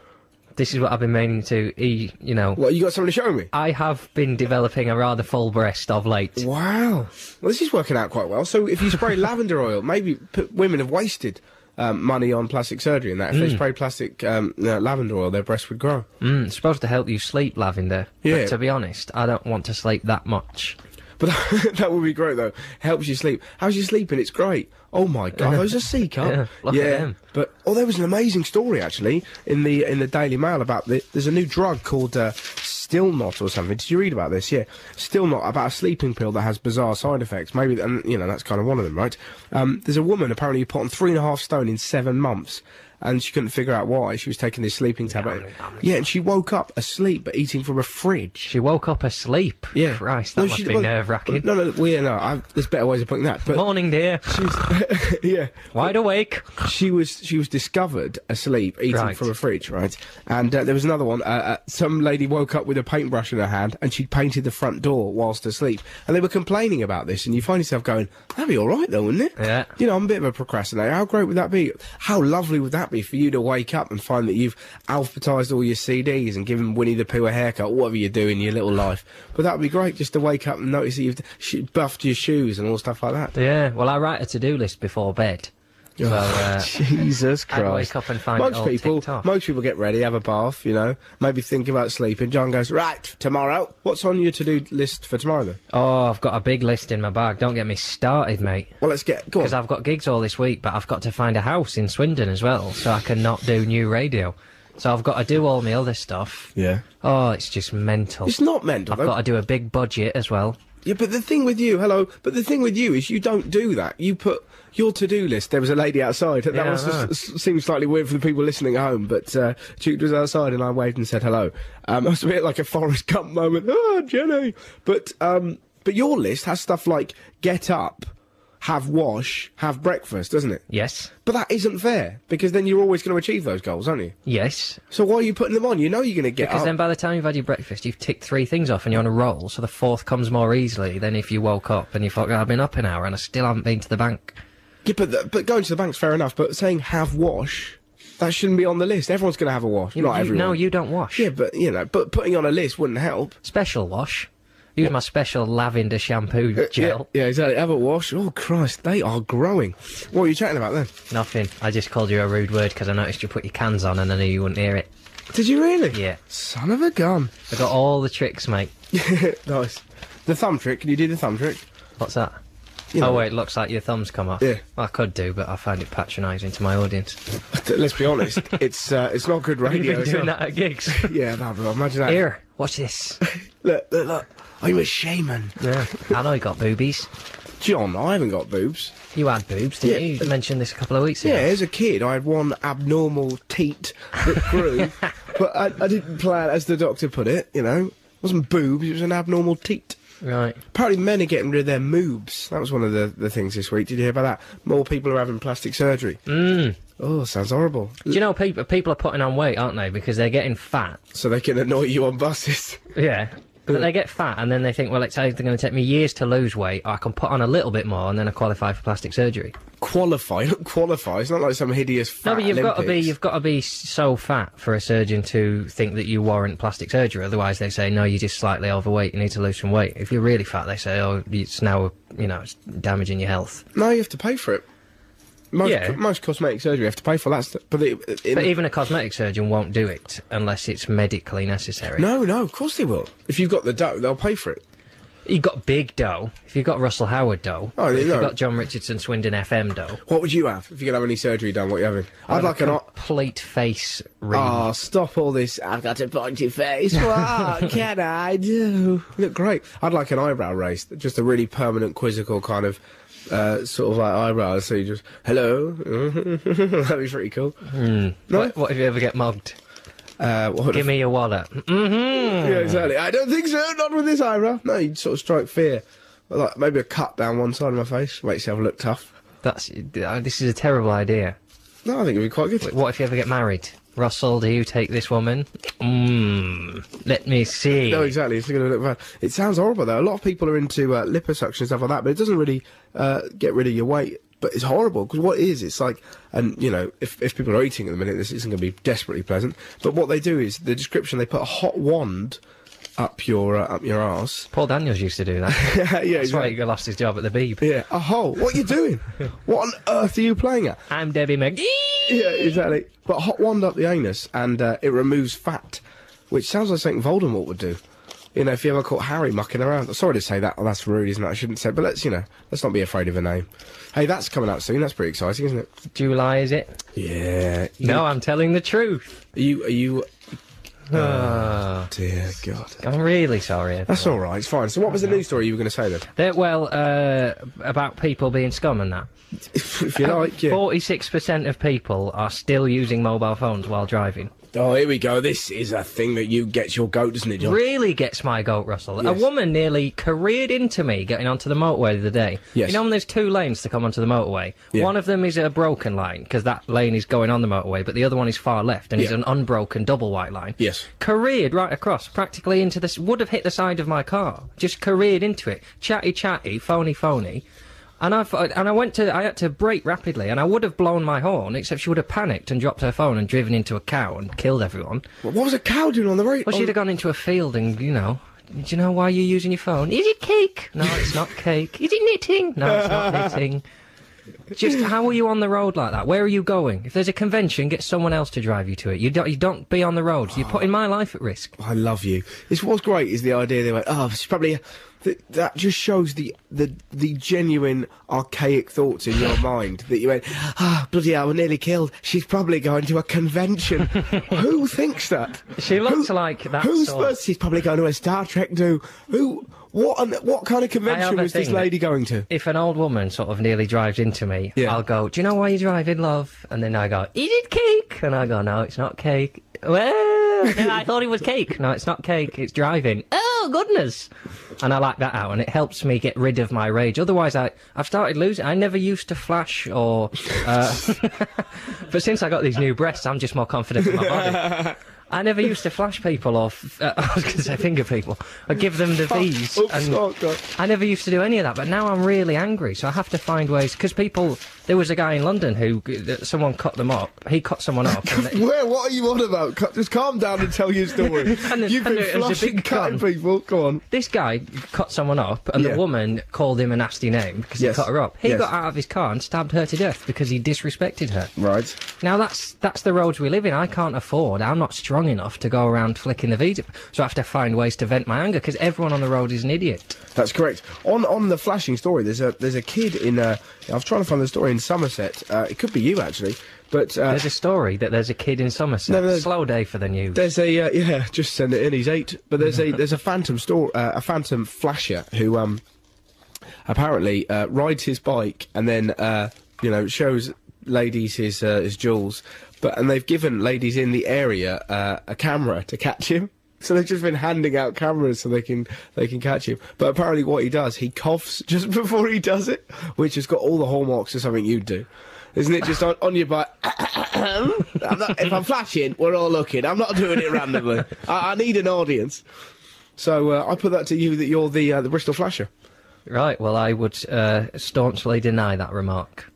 this is what I've been meaning to. E, you know, What, you got something to show me? I have been developing a rather full breast of late. Wow. Well, this is working out quite well. So if you spray lavender oil, maybe p- women have wasted um, money on plastic surgery and that. If they spray plastic um, uh, lavender oil, their breasts would grow. Mm, it's supposed to help you sleep, lavender. Yeah. But to be honest, I don't want to sleep that much. But [LAUGHS] that, that would be great, though. Helps you sleep. How's you sleeping? It's great. Oh my god, those are sea cup. [LAUGHS] Yeah, look at them. But oh, there was an amazing story actually in the in the Daily Mail about the, there's a new drug called uh, Stillnot or something. Did you read about this? Yeah, Stillnot about a sleeping pill that has bizarre side effects. Maybe and you know that's kind of one of them, right? Um, there's a woman apparently who put on three and a half stone in seven months. And she couldn't figure out why she was taking this sleeping tablet. Yeah, and she woke up asleep but eating from a fridge. She woke up asleep. Yeah. Christ, that No, must she- be well, nerve wracking. [LAUGHS] No, no, well, yeah, no. I, there's better ways of putting that. But Morning, dear. [LAUGHS] yeah, Wide awake. she was she was discovered asleep eating Right. from a fridge, right? And uh, there was another one. Uh, uh, some lady woke up with a paintbrush in her hand, and she painted the front door whilst asleep. And they were complaining about this, and you find yourself going, "That'd be all right, though, wouldn't it?" Yeah. You know, I'm a bit of a procrastinator. How great would that be? How lovely would that be for you to wake up and find that you've alphabetized all your CDs and given Winnie the Pooh a haircut, whatever you do in your little life? But that would be great just to wake up and notice that you've sh- buffed your shoes and all stuff like that. Yeah, well, I write a to do list before bed. So, uh, Jesus I'd Christ! wake up and find most it all people, ticked off. most people get ready, have a bath, you know, maybe think about sleeping. John goes, right, tomorrow. What's on your to-do list for tomorrow? Then? oh, I've got a big list in my bag. Don't get me started, mate. Well, let's get go on. Because I've got gigs all this week, but I've got to find a house in Swindon as well, so I cannot do new radio. So I've got to do all my other stuff. yeah, Oh, it's just mental. it's not mental. I've though. got to do a big budget as well. Yeah, but the thing with you, hello, but the thing with you is you don't do that. You put your to-do list. There was a lady outside. That Yeah, I was know. s- s- seems slightly weird for the people listening at home, but uh, Duke was outside and I waved and said hello. Um, [LAUGHS] it was a bit like a Forrest Gump moment. [LAUGHS] Ah, Jenny. But um, but your list has stuff like get up, have wash, have breakfast, doesn't it? Yes, But that isn't fair because then you're always going to achieve those goals, aren't you? yes. So why are you putting them on? You know you're going to get Because up. then by the time you've had your breakfast, you've ticked three things off and you're on a roll, so the fourth comes more easily than if you woke up and you thought, "Oh, I've been up an hour and I still haven't been to the bank. Yeah, but, the, but going to the bank's fair enough. But saying have wash, that shouldn't be on the list. Everyone's going to have a wash. Not You- everyone. No, you don't wash. Yeah, but you know, but putting on a list wouldn't help. Special wash. Use my special lavender shampoo gel. Uh, Yeah, yeah, exactly. Have a wash. Oh Christ, they are growing. What were you chatting about then? Nothing. I just called you a rude word because I noticed you put your cans on and I knew you wouldn't hear it. Did you really? Yeah. Son of a gun. I got all the tricks, mate. nice. The thumb trick. Can you do the thumb trick? [LAUGHS] What's that? You know- oh, wait, it looks like your thumb's come off. Yeah. I could do, but I find it patronising to [LAUGHS] my audience. Let's be [LAUGHS] honest. it's uh, it's not good You've radio. been is doing it? that [LAUGHS] at gigs. Yeah, no, bro, imagine that. Here, watch this. Look, look, look. I'm a shaman. Yeah. I know you got boobies. John, I haven't got boobs. You had boobs, didn't Yeah. you? You mentioned this a couple of weeks ago. Yeah, as a kid, I had one abnormal teat that [LAUGHS] grew, but I, I didn't plan, as the doctor put it, you know. It wasn't boobs, it was an abnormal teat. Right. Apparently, men are getting rid of their moobs. That was one of the, the things this week. Did you hear about that? More people are having plastic surgery. Mm. Oh, sounds horrible. Do you know people, people are putting on weight, aren't they? Because they're getting fat. So they can annoy you on buses. [LAUGHS] Yeah. But they get fat and then they think, well, it's either going to take me years to lose weight or I can put on a little bit more and then I qualify for plastic surgery. qualify, not qualify. It's not like some hideous fat No, but you've got to be Olympics. you've got to be so fat for a surgeon to think that you warrant plastic surgery. Otherwise, they say no, you're just slightly overweight. You need to lose some weight. If you're really fat, they say oh, it's now you know it's damaging your health. No, you have to pay for it. Most, Yeah. most cosmetic surgery you have to pay for. That's the, but, it, in But the- even a cosmetic surgeon won't do it unless it's medically necessary. no, no. Of course they will. If you've got the dough, they'll pay for it. You got big dough. If you got Russell Howard dough. Oh, there if you you go. got John Richardson Swindon FM dough. What would you have if you could have any surgery done? What are you having? I'd like an. o- plate face ring. Ah, stop all this. I've got a [LAUGHS] pointy face. What can I do? You look great. I'd like an eyebrow raise, just a really permanent, quizzical kind of, uh, sort of like eyebrows. So you just hello. [LAUGHS] That'd be pretty cool. What, what if you ever get mugged? Uh, what would Give me your wallet. Yeah, exactly. I don't think so. Not with this eyebrow. No, you'd sort of strike fear. Like maybe a cut down one side of my face makes yourself look tough. That's uh, this is a terrible idea. No, I think it'd be quite good. What if you ever get married? Russell, do you take this woman? Mmm. Let me see. No, exactly. It's going to look bad. It sounds horrible though. A lot of people are into uh, liposuction and stuff like that, but it doesn't really uh, get rid of your weight. But it's horrible because what it is, it's like, and you know, if, if people are eating at the minute, this isn't going to be desperately pleasant. But what they do is the description they put a hot wand up your uh, up your arse. [LAUGHS] Paul Daniels used to do that. yeah, That's why he lost his job at the Beeb. Yeah, a hole. What are you [LAUGHS] doing? what on earth are you playing at? I'm Debbie McGee. Yeah, exactly. But hot wand up the anus and uh, it removes fat, which sounds like something Voldemort would do. You know, if you ever caught Harry mucking around. Sorry to say that. Oh, that's rude, isn't it? I shouldn't say. But let's, you know, let's not be afraid of a name. Hey, that's coming out soon. That's pretty exciting, isn't it? July is it? Yeah. No, I'm telling the truth. Are you? Are you? Oh, Dear God. I'm really sorry. That's all right. It's fine. So, what was the news story you were going to say then? [LAUGHS] They're, well, uh, about people being scum and that. If, if you like, yeah. Forty-six percent of people are still using mobile phones while driving. Oh, here we go. This is a thing that you get your goat, doesn't it, John? Really gets my goat, Russell. Yes. A woman nearly careered into me getting onto the motorway the other day. Yes. You know, when there's two lanes to come onto the motorway. Yeah. One of them is a broken line because that lane is going on the motorway, but the other one is far left and is Yeah. an unbroken double white line. Yes. Careered right across, practically into this. Would have hit the side of my car. Just careered into it. Chatty, chatty, phony, phony. And I thought- and I went to I had to brake rapidly, and I would have blown my horn, except she would have panicked and dropped her phone and driven into a cow and killed everyone. What was a cow doing on the road? Well, she'd have gone into a field and, you know, do you know why you're using your phone? Is it cake? No, it's not cake. Is it knitting? No, it's not knitting. Just how are you on the road like that? Where are you going? If there's a convention, get someone else to drive you to it. You don't, you don't be on the road. You're putting my life at risk. I love you. It's what's great is the idea they went, oh, it's probably th- that just shows the, the the genuine archaic thoughts in [LAUGHS] your mind that you went, ah, bloody hell, we're nearly killed. She's probably going to a convention. [LAUGHS] Who thinks that? She looks like that Who's sort. first? She's probably going to a Star Trek do. Who? What? On, what kind of convention a was this thing that- lady going to? If an old woman sort of nearly drives into me, Yeah. I'll go, Do you know why you're driving, love? And then I go, Is it cake? And I go, No, it's not cake. Well, no, I thought it was cake. No, it's not cake, it's driving. Oh, goodness. And I like that out, and it helps me get rid of my rage. Otherwise, I, I've started losing. I never used to flash or. Uh, [LAUGHS] but since I got these new breasts, I'm just more confident in my body. I never used to flash people or, f- uh, [LAUGHS] I was going to say finger people, or give them the V's. Oh, and- oh, God. I never used to do any of that, but now I'm really angry, so I have to find ways. Because people, there was a guy in London who that someone cut them up. He cut someone up. [LAUGHS] And they- Where? What are you on about? Ca- Just calm down and tell your story. [LAUGHS] And the- You've and been the- it was a flushing big cutting con. people. Go on. this guy cut someone up, and Yeah. the woman called him a nasty name because Yes. he cut her up. He Yes. got out of his car and stabbed her to death because he disrespected her. Right. Now that's that's the roads we live in. I can't afford. I'm not strong enough to go around flicking the V's, so I have to find ways to vent my anger because everyone on the road is an idiot. That's correct. On on the flashing story, there's a there's a kid in uh, I was trying to find the story in Somerset. Uh, it could be you actually, but uh, There's a story that there's a kid in Somerset. No, no. Slow day for the news. there's a uh, yeah, just send it in. He's eight, but there's a there's a phantom store uh, a phantom flasher who um apparently uh, rides his bike and then uh, you know shows ladies his uh, his jewels, but and they've given ladies in the area uh, a camera to catch him. [LAUGHS] So they've just been handing out cameras so they can they can catch him. But apparently, what he does, he coughs [LAUGHS] just before he does it, which has got all the hallmarks of something you'd do, isn't it? Just on, on your bike. I'm not, if I'm flashing, we're all looking. I'm not doing it randomly. I, I need an audience. So uh, I put that to you that you're the uh, the Bristol flasher. Right, well, I would uh, staunchly deny [COUGHS] that remark.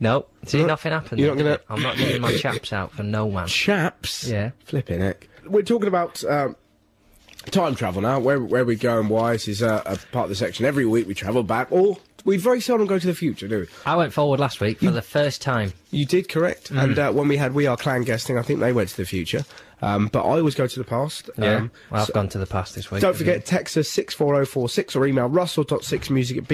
no, see, nothing happened. You're not there, gonna- did it? I'm not [COUGHS] getting my chaps out for no man. chaps. Yeah. Flipping it. We're talking about um, time travel now, where, where we go and why. This is uh, a part of the section. Every week we travel back or we very seldom go to the future, do we? I went forward last week for the first time. You did, correct. Hmm. And uh, when we had We Are Clan guesting, I think they went to the future. Um, but I always go to the past. Yeah, Um, well, I've gone to the past this week. Don't forget, text us 64046 or email russell.6music at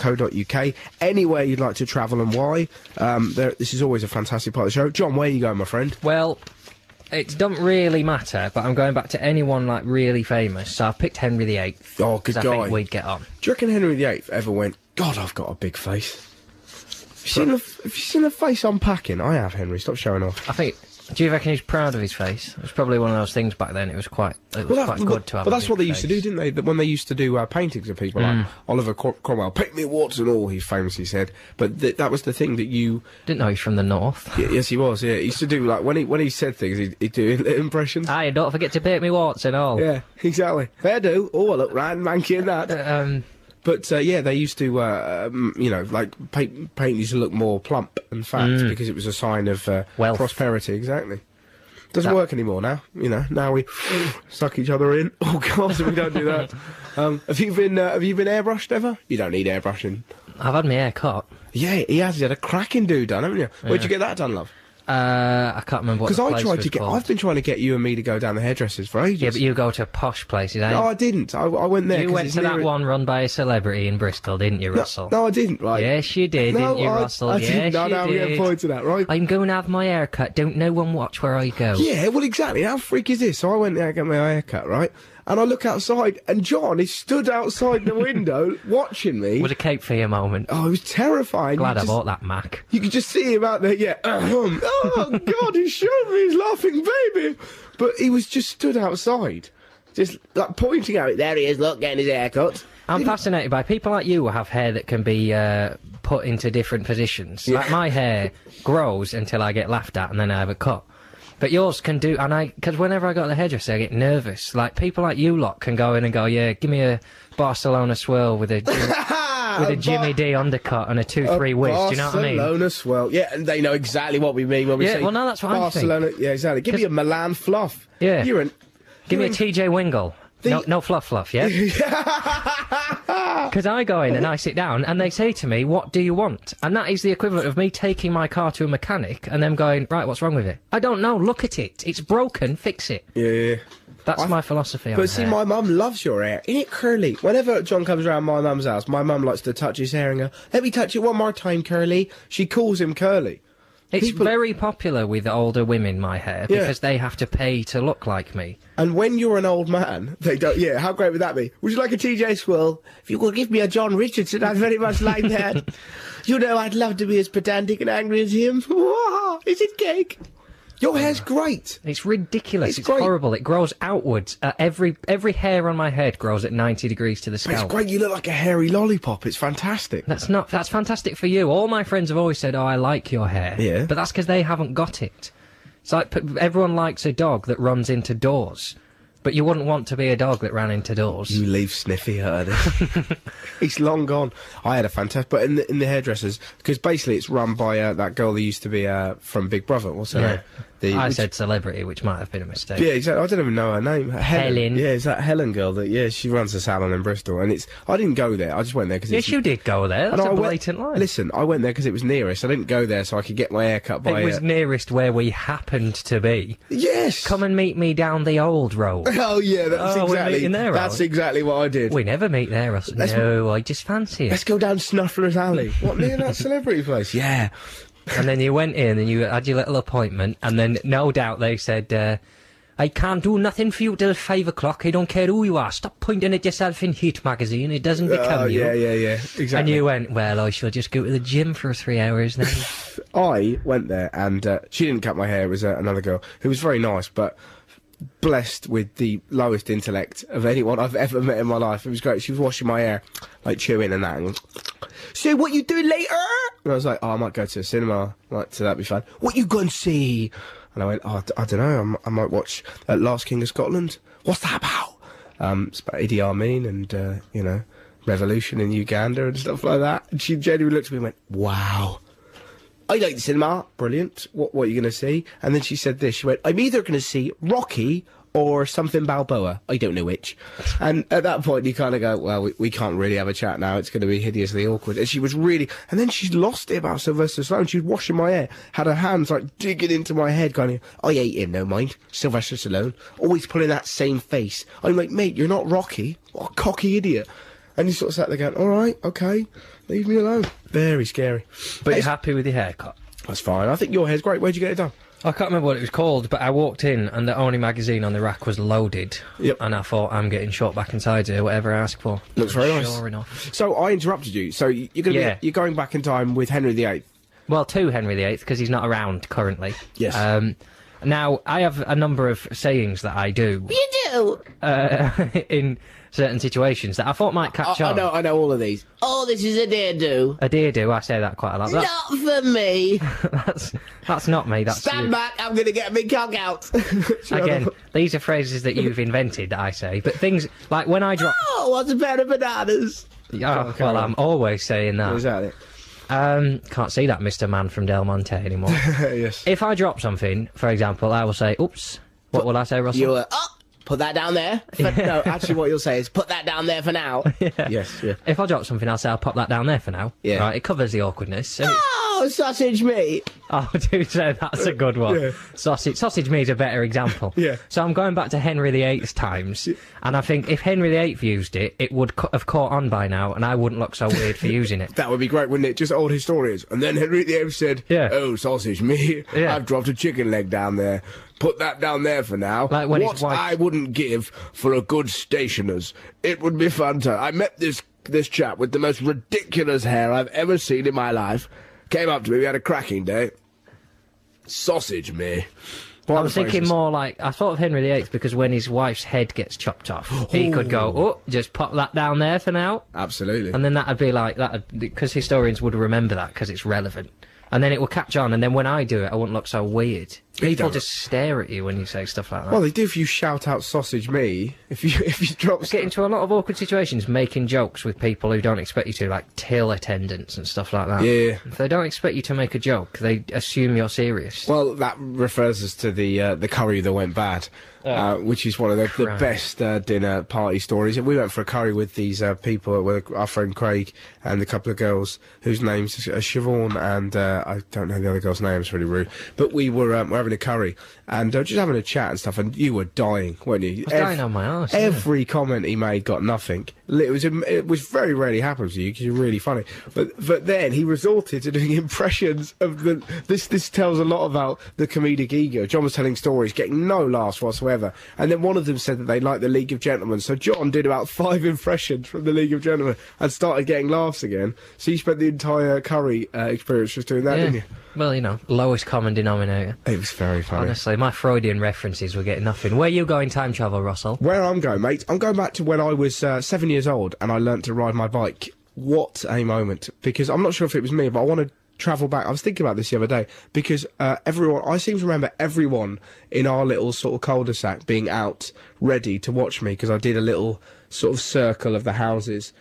bbc.co.uk. Anywhere you'd like to travel and why. Um, there, this is always a fantastic part of the show. John, where are you going, my friend? Well, it doesn't really matter, but I'm going back to anyone like really famous. So I've picked Henry VIII. Oh, good 'cause I guy. think we'd get on. Do you reckon Henry VIII ever went, God, I've got a big face? Have you, seen a, have you seen a face unpacking? I have, Henry. Stop showing off. I think. Do you reckon he's proud of his face? It was probably one of those things back then. It was quite. It was that- quite good to have. well, a that's big what they used to do, face. Mm. didn't they? That when they used to do uh, paintings of people, like Oliver Cor- Cromwell, "Paint me Watson all," he famously said. But th- that was the thing that you, Didn't know he's from the north. y- yes, he was. Yeah, he used to do like when he when he said things, he'd, he'd do [LAUGHS] impressions. Aye, don't forget to paint me warts and all. yeah, exactly. Fair do. Oh, I look right and manky in [LAUGHS] that. Um, But uh, yeah, they used to, uh, um, you know, like paint paint used to look more plump and fat because it was a sign of uh, Mm. Wealth. prosperity. Exactly. Doesn't That- work anymore now. You know, now [LAUGHS] we suck each other in. [LAUGHS] Oh God, we don't do that. Um, have you been uh, Have you been airbrushed ever? You don't need airbrushing. I've had my hair cut. Yeah, he has. He had a cracking do done, haven't you? Where'd you get that done, love? Uh, I can't remember what Because the I place tried was to get. called. I've been trying to get you and me to go down the hairdressers for ages. Yeah, but you go to posh places. eh? No, I didn't. I, I went there. you 'cause went it's to that nearer- one run by a celebrity in Bristol, didn't you, No, Russell? No, I didn't. Right. Yes, you did, No, didn't you, I- Russell? I yes, didn't. No, you no, I'm did. getting points for that, right? I'm going to have my hair cut. Don't no one watch where I go. Yeah, well, exactly. How freak is this? So I went there and got my haircut, right? And I look outside, and John is stood outside [LAUGHS] the window watching me. With a cape for your moment. Oh, it was terrifying. Glad you I just, bought that Mac. You could just see him out there, yeah. [CLEARS THROAT] ahem. oh, God, he showed me his laughing baby. But he was just stood outside, just like pointing at it. There he is, look, getting his haircut. I'm fascinated by people like you who have hair that can be uh, put into different positions. Like my hair grows until I get laughed at and then I have a cut. But yours can do, and I, because whenever I go to the hairdresser, I get nervous. Like people like you lot can go in and go, yeah, give me a Barcelona swirl with a Jim- Ah, with a Jimmy D undercut and a two three whiz. Do you know what I mean? Barcelona swell. Yeah, and they know exactly what we mean when we Yeah, say well, no, that's what I'm thinking. Barcelona. Yeah, exactly. Give me a Milan fluff. Yeah. You're an. Give me a you're TJ Wingle. No, The- no fluff [LAUGHS] fluff, yeah? Because I go in and I sit down and they say to me, What do you want? And that is the equivalent of me taking my car to a mechanic and them going, Right, what's wrong with it? I don't know, look at it. It's broken, fix it. an- Yeah. That's my philosophy on But see, hair. my mum loves your hair. Isn't it curly? Whenever John comes around my mum's house, my mum likes to touch his hair and go, let me touch it one more time, Curly. She calls him Curly. It's people- very popular with older women, my hair, Yeah. because they have to pay to look like me. And when you're an old man, they don't, yeah, how great would that be? Would you like a TJ Swirl? If you could give me a John Richardson, I'd very much like that. you know, I'd love to be as pedantic and angry as him. [LAUGHS] Is it cake? Your hair's great. It's ridiculous. It's It's, great. horrible. It grows outwards. Uh, every every hair on my head grows at 90 degrees to the It's scalp. great. You look like a hairy lollipop. It's fantastic. That's not. That's fantastic for you. All my friends have always said, "Oh, I like your hair." Yeah. But that's because they haven't got it. It's like p- everyone likes a dog that runs into doors, but you wouldn't want to be a dog that ran into doors. You leave Sniffy her. [LAUGHS] He's long gone. I had a fantastic, but in the, in the hairdressers because basically it's run by uh, that girl that used to be uh, from Big Brother. What's her Yeah. name? The, I which- said celebrity, which might have been a mistake. Yeah, exactly. I don't even know her name. Helen. Helen. Yeah, it's that Helen girl that yeah she runs a salon in Bristol, and it's I didn't go there. I just went there because Yes, you did go there. That's a blatant went, lie. Listen, I went there because it was nearest. I didn't go there so I could get my hair cut by. it was uh, nearest where we happened to be. yes. [LAUGHS] Come and meet me down the old road. Oh yeah, that's Oh, we're exactly. meeting there, that's are we? exactly what I did. we never meet there, us. Let's- No, I just fancy Let's it. go down Snuffler's Alley. What near [LAUGHS] that celebrity place? Yeah. and then you went in and you had your little appointment, and then no doubt they said, uh, I can't do nothing for you till five o'clock. I don't care who you are. Stop pointing at yourself in Heat magazine. It doesn't become Oh, you. yeah, yeah, yeah. Exactly. And you went, well, I shall just go to the gym for three hours [LAUGHS] then. I went there and uh, she didn't cut my hair. It was uh, another girl who was very nice, but blessed with the lowest intellect of anyone I've ever met in my life. It was great. She was washing my hair, like chewing and that. And, so what you doing later? And I was like, oh, I might go to the cinema. Like, so that'd be fun. What you gonna see? And I went, oh, I don't know. I m- I might watch uh, Last King of Scotland. What's that about? Um, it's about Idi Amin and uh, you know, revolution in Uganda and stuff like that. And she genuinely looked at me and went, wow. I like the cinema. Brilliant. What, what are you going to see? And then she said this. She went, I'm either going to see Rocky or something Balboa. I don't know which. And at that point, you kind of go, well, we, we can't really have a chat now. It's going to be hideously awkward. And she was really, and then she lost it about Sylvester Stallone. She was washing my hair, had her hands like digging into my head, going, I hate him, no mind. Sylvester Stallone. Always pulling that same face. I'm like, mate, you're not Rocky. What a cocky idiot. And he sort of sat there going, all right, okay, leave me alone. Very scary. But you're happy with your haircut? That's fine. I think your hair's great. Where'd you get it done? I can't remember what it was called, but I walked in and the only magazine on the rack was loaded. Yep. And I thought, I'm getting shot back inside here, whatever I ask for. Looks very nice. Sure enough. So I interrupted you. So y- you're going to Yeah. be, you're going back in time with Henry VIII. Well, to Henry VIII, because he's not around currently. Yes. Um, now, I have a number of sayings that I do You do. uh, [LAUGHS] in certain situations that I thought might I, catch I on. know, I know all of these. Oh, this is a dear do. A deer do, I say that quite a lot. That- Not for me. that's, that's not me, that's Stand you. back. I'm gonna get a big cock out. Again, [LAUGHS] these are phrases that you've invented that I say, but things like when I drop. oh, what's a pair of bananas? Oh, well, I'm always saying Is that. that it? Um, can't see that Mr. Man from Del [LAUGHS] Monte anymore. Uh, yes. if I drop something, for example, I will say, oops. What will I say, Russell? You were up. Put that [LAUGHS] down there. For, no, actually, what you'll say is put that down there for now. Yes. [LAUGHS] Yeah. If I drop something, I'll say, I'll pop that down there for now. Yeah. Right, it covers the awkwardness. [LAUGHS] and it's- Oh, sausage meat. Oh, dude, so that's a good one. Yeah. Sausage, sausage meat is a better example. [LAUGHS] Yeah. So I'm going back to Henry VIII's times, and I think if Henry VIII used it, it would cu- have caught on by now, and I wouldn't look so weird for [LAUGHS] using it. That would be great, wouldn't it? Just old historians. And then Henry VIII said, Yeah. "Oh, sausage me! [LAUGHS] Yeah. I've dropped a chicken leg down there. Put that down there for now. Like when his what wife- I wouldn't give for a good stationer's. It would be fun to. I met this this chap with the most ridiculous hair I've ever seen in my life. Came up to me. We had a cracking day. Sausage me. I was thinking more like I thought of Henry VIII because when his wife's head gets chopped off, he could go, "Oh, just pop that down there for now," Absolutely. and then that'd be like that because historians would remember that because it's relevant, and then it will catch on, and then when I do it, I wouldn't look so weird. People don't. just stare at you when you say stuff like that. Well, they do if you shout out sausage me. If you [LAUGHS] if you drop get into a lot of awkward situations making jokes with people who don't expect you to, like till attendants and stuff like that. Yeah. If they don't expect you to make a joke, they assume you're serious. Well, that refers us to the uh, the curry that went bad, uh, which is one of the, the Oh. Christ. best uh, dinner party stories. And we went for a curry with these uh, people, with our friend Craig and a couple of girls whose names are Siobhan and uh, I don't know the other girl's name. It's really rude. But we were um, we're having a curry and uh, just having a chat and stuff. And you were dying, weren't you? was dying on my arse, yeah. Every comment he made got nothing. It was it was very rarely happens to you because you're really funny. But but then he resorted to doing [LAUGHS] impressions of the. This this tells a lot about the comedic ego. John was telling stories, getting no laughs whatsoever, and then one of them said that they liked the League of Gentlemen. So John did about [LAUGHS] five impressions from the League of Gentlemen and started getting laughs again. So you spent the entire curry uh, experience just doing that, didn't you? Well, you know, lowest common denominator. It was very funny. Honestly, my Freudian references were getting nothing. Where you going time travel, Russell? Where I'm going, mate, I'm going back to when I was uh, seven years old and I learnt to ride my bike. What a moment! Because I'm not sure if it was me, but I want to travel back. I was thinking about this the other day because uh, everyone, I seem to remember everyone in our little sort of cul-de-sac being out ready to watch me because I did a little sort of circle of the houses.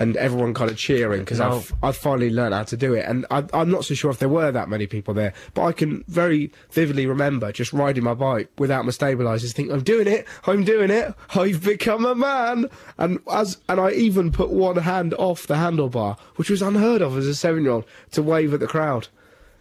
And everyone kind of cheering because No. I've, I've finally learned how to do it. And I, I'm not so sure if there were that many people there, but I can very vividly remember just riding my bike without my stabilizers, thinking, I'm doing it, I'm doing it, I've become a man. And as and I even put one hand off the handlebar, which was unheard of as a seven year old, to wave at the crowd.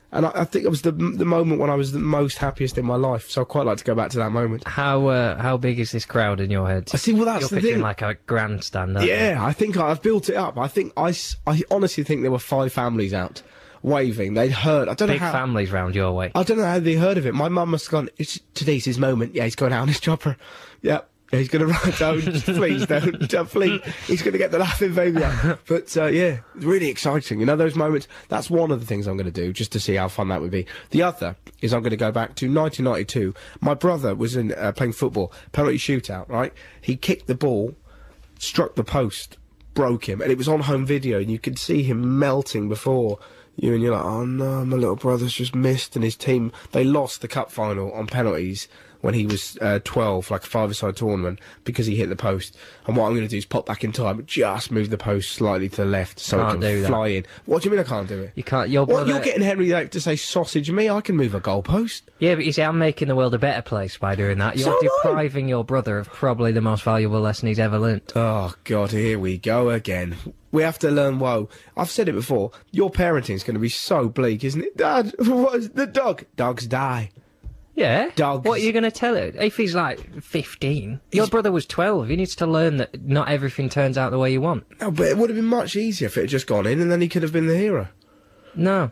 And I, I think it was the the moment when I was the most happiest in my life. So I quite like to go back to that moment. How uh, how big is this crowd in your head? I see. Well, You're that's the picturing thing. like a grandstand. aren't you? Yeah, I think I- I've built it up. I think I, s- I honestly think there were five families out waving. They'd heard. I don't Big know how. families round your way. I don't know how they heard of it. My mum must have gone. It's today's his moment. Yeah, he's going out on his chopper. Yep. Yeah, he's going to [LAUGHS] run. Don't please don't, don't please. He's going to get the laughing baby out. But uh, yeah, it's really exciting. You know those moments. That's one of the things I'm going to do just to see how fun that would be. The other is I'm going to go back to 1992. My brother was in uh, playing football penalty shootout. Right, he kicked the ball struck the post, broke him, and it was on home video, and you could see him melting before you, and you're like, oh no, my little brother's just missed, and his team they lost the cup final on penalties when he was uh, 12, like a five-a-side tournament, because he hit the post. And what I'm going to do is pop back in time, just move the post slightly to the left so Can't it do can that. fly in. What do you mean I can't do it? You can't. Your What, brother. you're getting Henry Lake to say sausage me? I can move a goalpost. Yeah, but you see, I'm making the world a better place by doing that. You're So am I. depriving your brother of probably the most valuable lesson he's ever learnt. Oh God, here we go again. We have to learn. Whoa, I've said it before. Your parenting's going to be so bleak, isn't it, Dad? [LAUGHS] What is the dog? Dogs die. Yeah. Dogs. What are you going to tell it? If he's like 15, your brother was 12. He needs to learn that not everything turns out the way you want. No, but it would have been much easier if it had just gone in, and then he could have been the hero. [LAUGHS] No.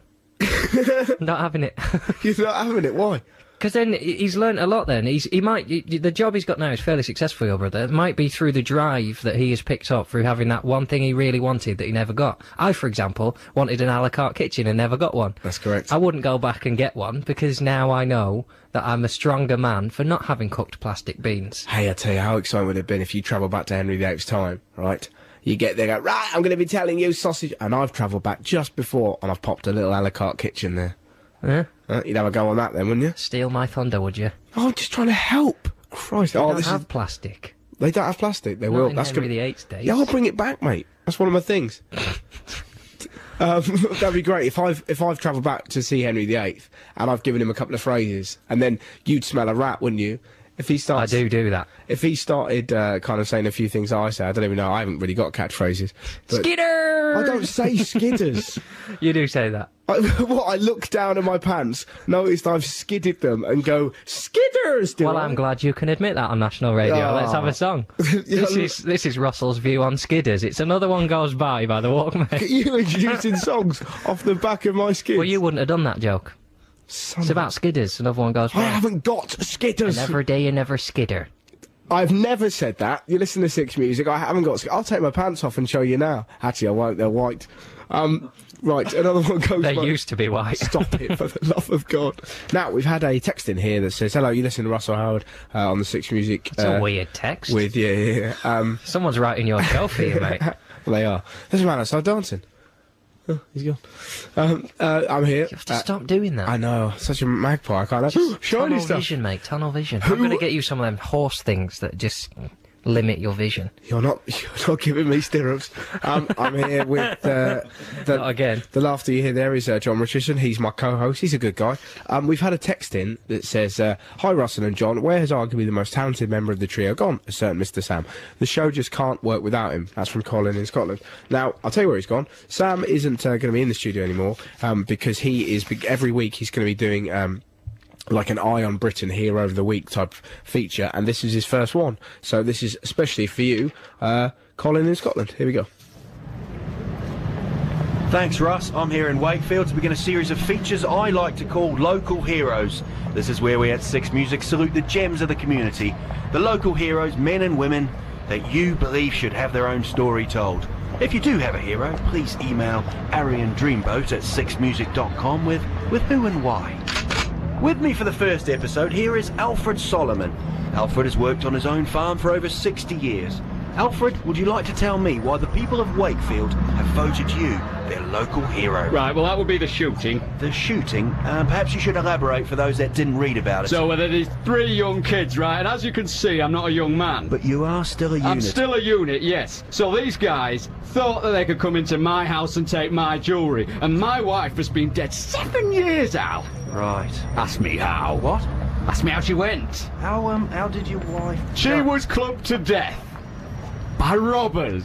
not having it. He's not having it. Why? Because then he- he's learnt a lot. Then he's he might y- y- the job he's got now is fairly successful. Your brother it might be through the drive that he has picked up through having that one thing he really wanted that he never got. I, for example, wanted an a la carte kitchen and never got one. That's correct. I wouldn't go back and get one because now I know that I'm a stronger man for not having cooked plastic beans. Hey, I tell you, how exciting would it have been if you travel back to Henry VIII's time, right? You get there, go right. I'm going to be telling you sausage, and I've travelled back just before, and I've popped a little a la carte kitchen there. Eh? Huh? You'd have a go on that then, wouldn't you? Steal my thunder, would you? Oh, I'm just trying to help. Christ, I oh, don't this have is, plastic. they don't have plastic. They Not will. in That's Henry going to VIII's days. Yeah, I'll bring it back, mate. That's one of my [LAUGHS] things. um, [LAUGHS] that'd be great if I've if I've travelled back to see Henry VIII and I've given him a couple of phrases, and then you'd smell a rat, wouldn't you? If he I starts, do do that. If he started uh, kind of saying a few things that I say, I don't even know. I haven't really got catchphrases. But Skidder. I don't say [LAUGHS] skidders. You do say that. I, [LAUGHS] what I look down at my pants, noticed I've skidded them, and go skidders. Do Well, I? I'm glad you can admit that on national radio. Ah. Let's have a song. this is this is Russell's view on skidders. It's another one goes by by the Walkman. [LAUGHS] you were introducing songs off the back of my skid. well, you wouldn't have done that joke. Son It's of a- about skidders. Another one goes I by. haven't got skidders. Never day you never skidder. I've never said that. You listen to Six Music. I haven't got. I'll take my pants off and show you now. Actually, I won't. They're white. Um, right. Another one goes. They by- used to be white. [LAUGHS] Stop it, for the love of God. Now, we've had a text in here that says, Hello, you listen to Russell Howard uh, on the Six Music. [LAUGHS] It's a uh, weird text. With, yeah, yeah, yeah. [LAUGHS] Um, Someone's writing your show for you, mate. [LAUGHS] well, they are. There's a man outside dancing. Oh, he's gone. Um, uh, I'm here. You have to Uh, stop doing that. I know. Such a magpie. I [GASPS] can't. Shiny Tunnel stuff. vision, mate. Tunnel vision. I'm going to get you some of them horse things that just limit your vision. You're not, [LAUGHS] you're not giving me stirrups. Um, I'm here with uh, the, Not again. The laughter you hear there is uh, John Richardson. He's my co-host. He's a good guy. Um, we've had a text in that says, uh, "Hi Russell and John. Where has arguably the most talented member of the trio gone? A certain Mr. Sam. The show just can't work without him." That's from Colin in Scotland. Now I'll tell you where he's gone. Sam isn't uh, going to be in the studio anymore um, because he is every week he's going to be doing. Um, like an eye on Britain here over the week type feature, and this is his first one. So this is especially for you, uh, Colin in Scotland. Here we go. Thanks, Russ. I'm here in Wakefield to begin a series of features I like to call Local Heroes. This is where we at Six Music salute the gems of the community, the local heroes, men and women that you believe should have their own story told. If you do have a hero, please email Arian Dreamboat at sixmusic.com with, with who and why. With me for the first episode here is Alfred Solomon. Alfred has worked on his own farm for over 60 years. Alfred, would you like to tell me why the people of Wakefield have voted you their local hero? Right, well, that would be the shooting. The shooting, uh, perhaps you should elaborate for those that didn't read about it. So, uh, there is three young kids, right? And as you can see, I'm not a young man. but you are still a unit. I'm still a unit, yes. So these guys thought that they could come into my house and take my jewellery. And my wife has been dead seven years, Al. Right. Ask me how. What? Ask me how she went. How, um, how did your wife... She Yeah. was clubbed to death by robbers.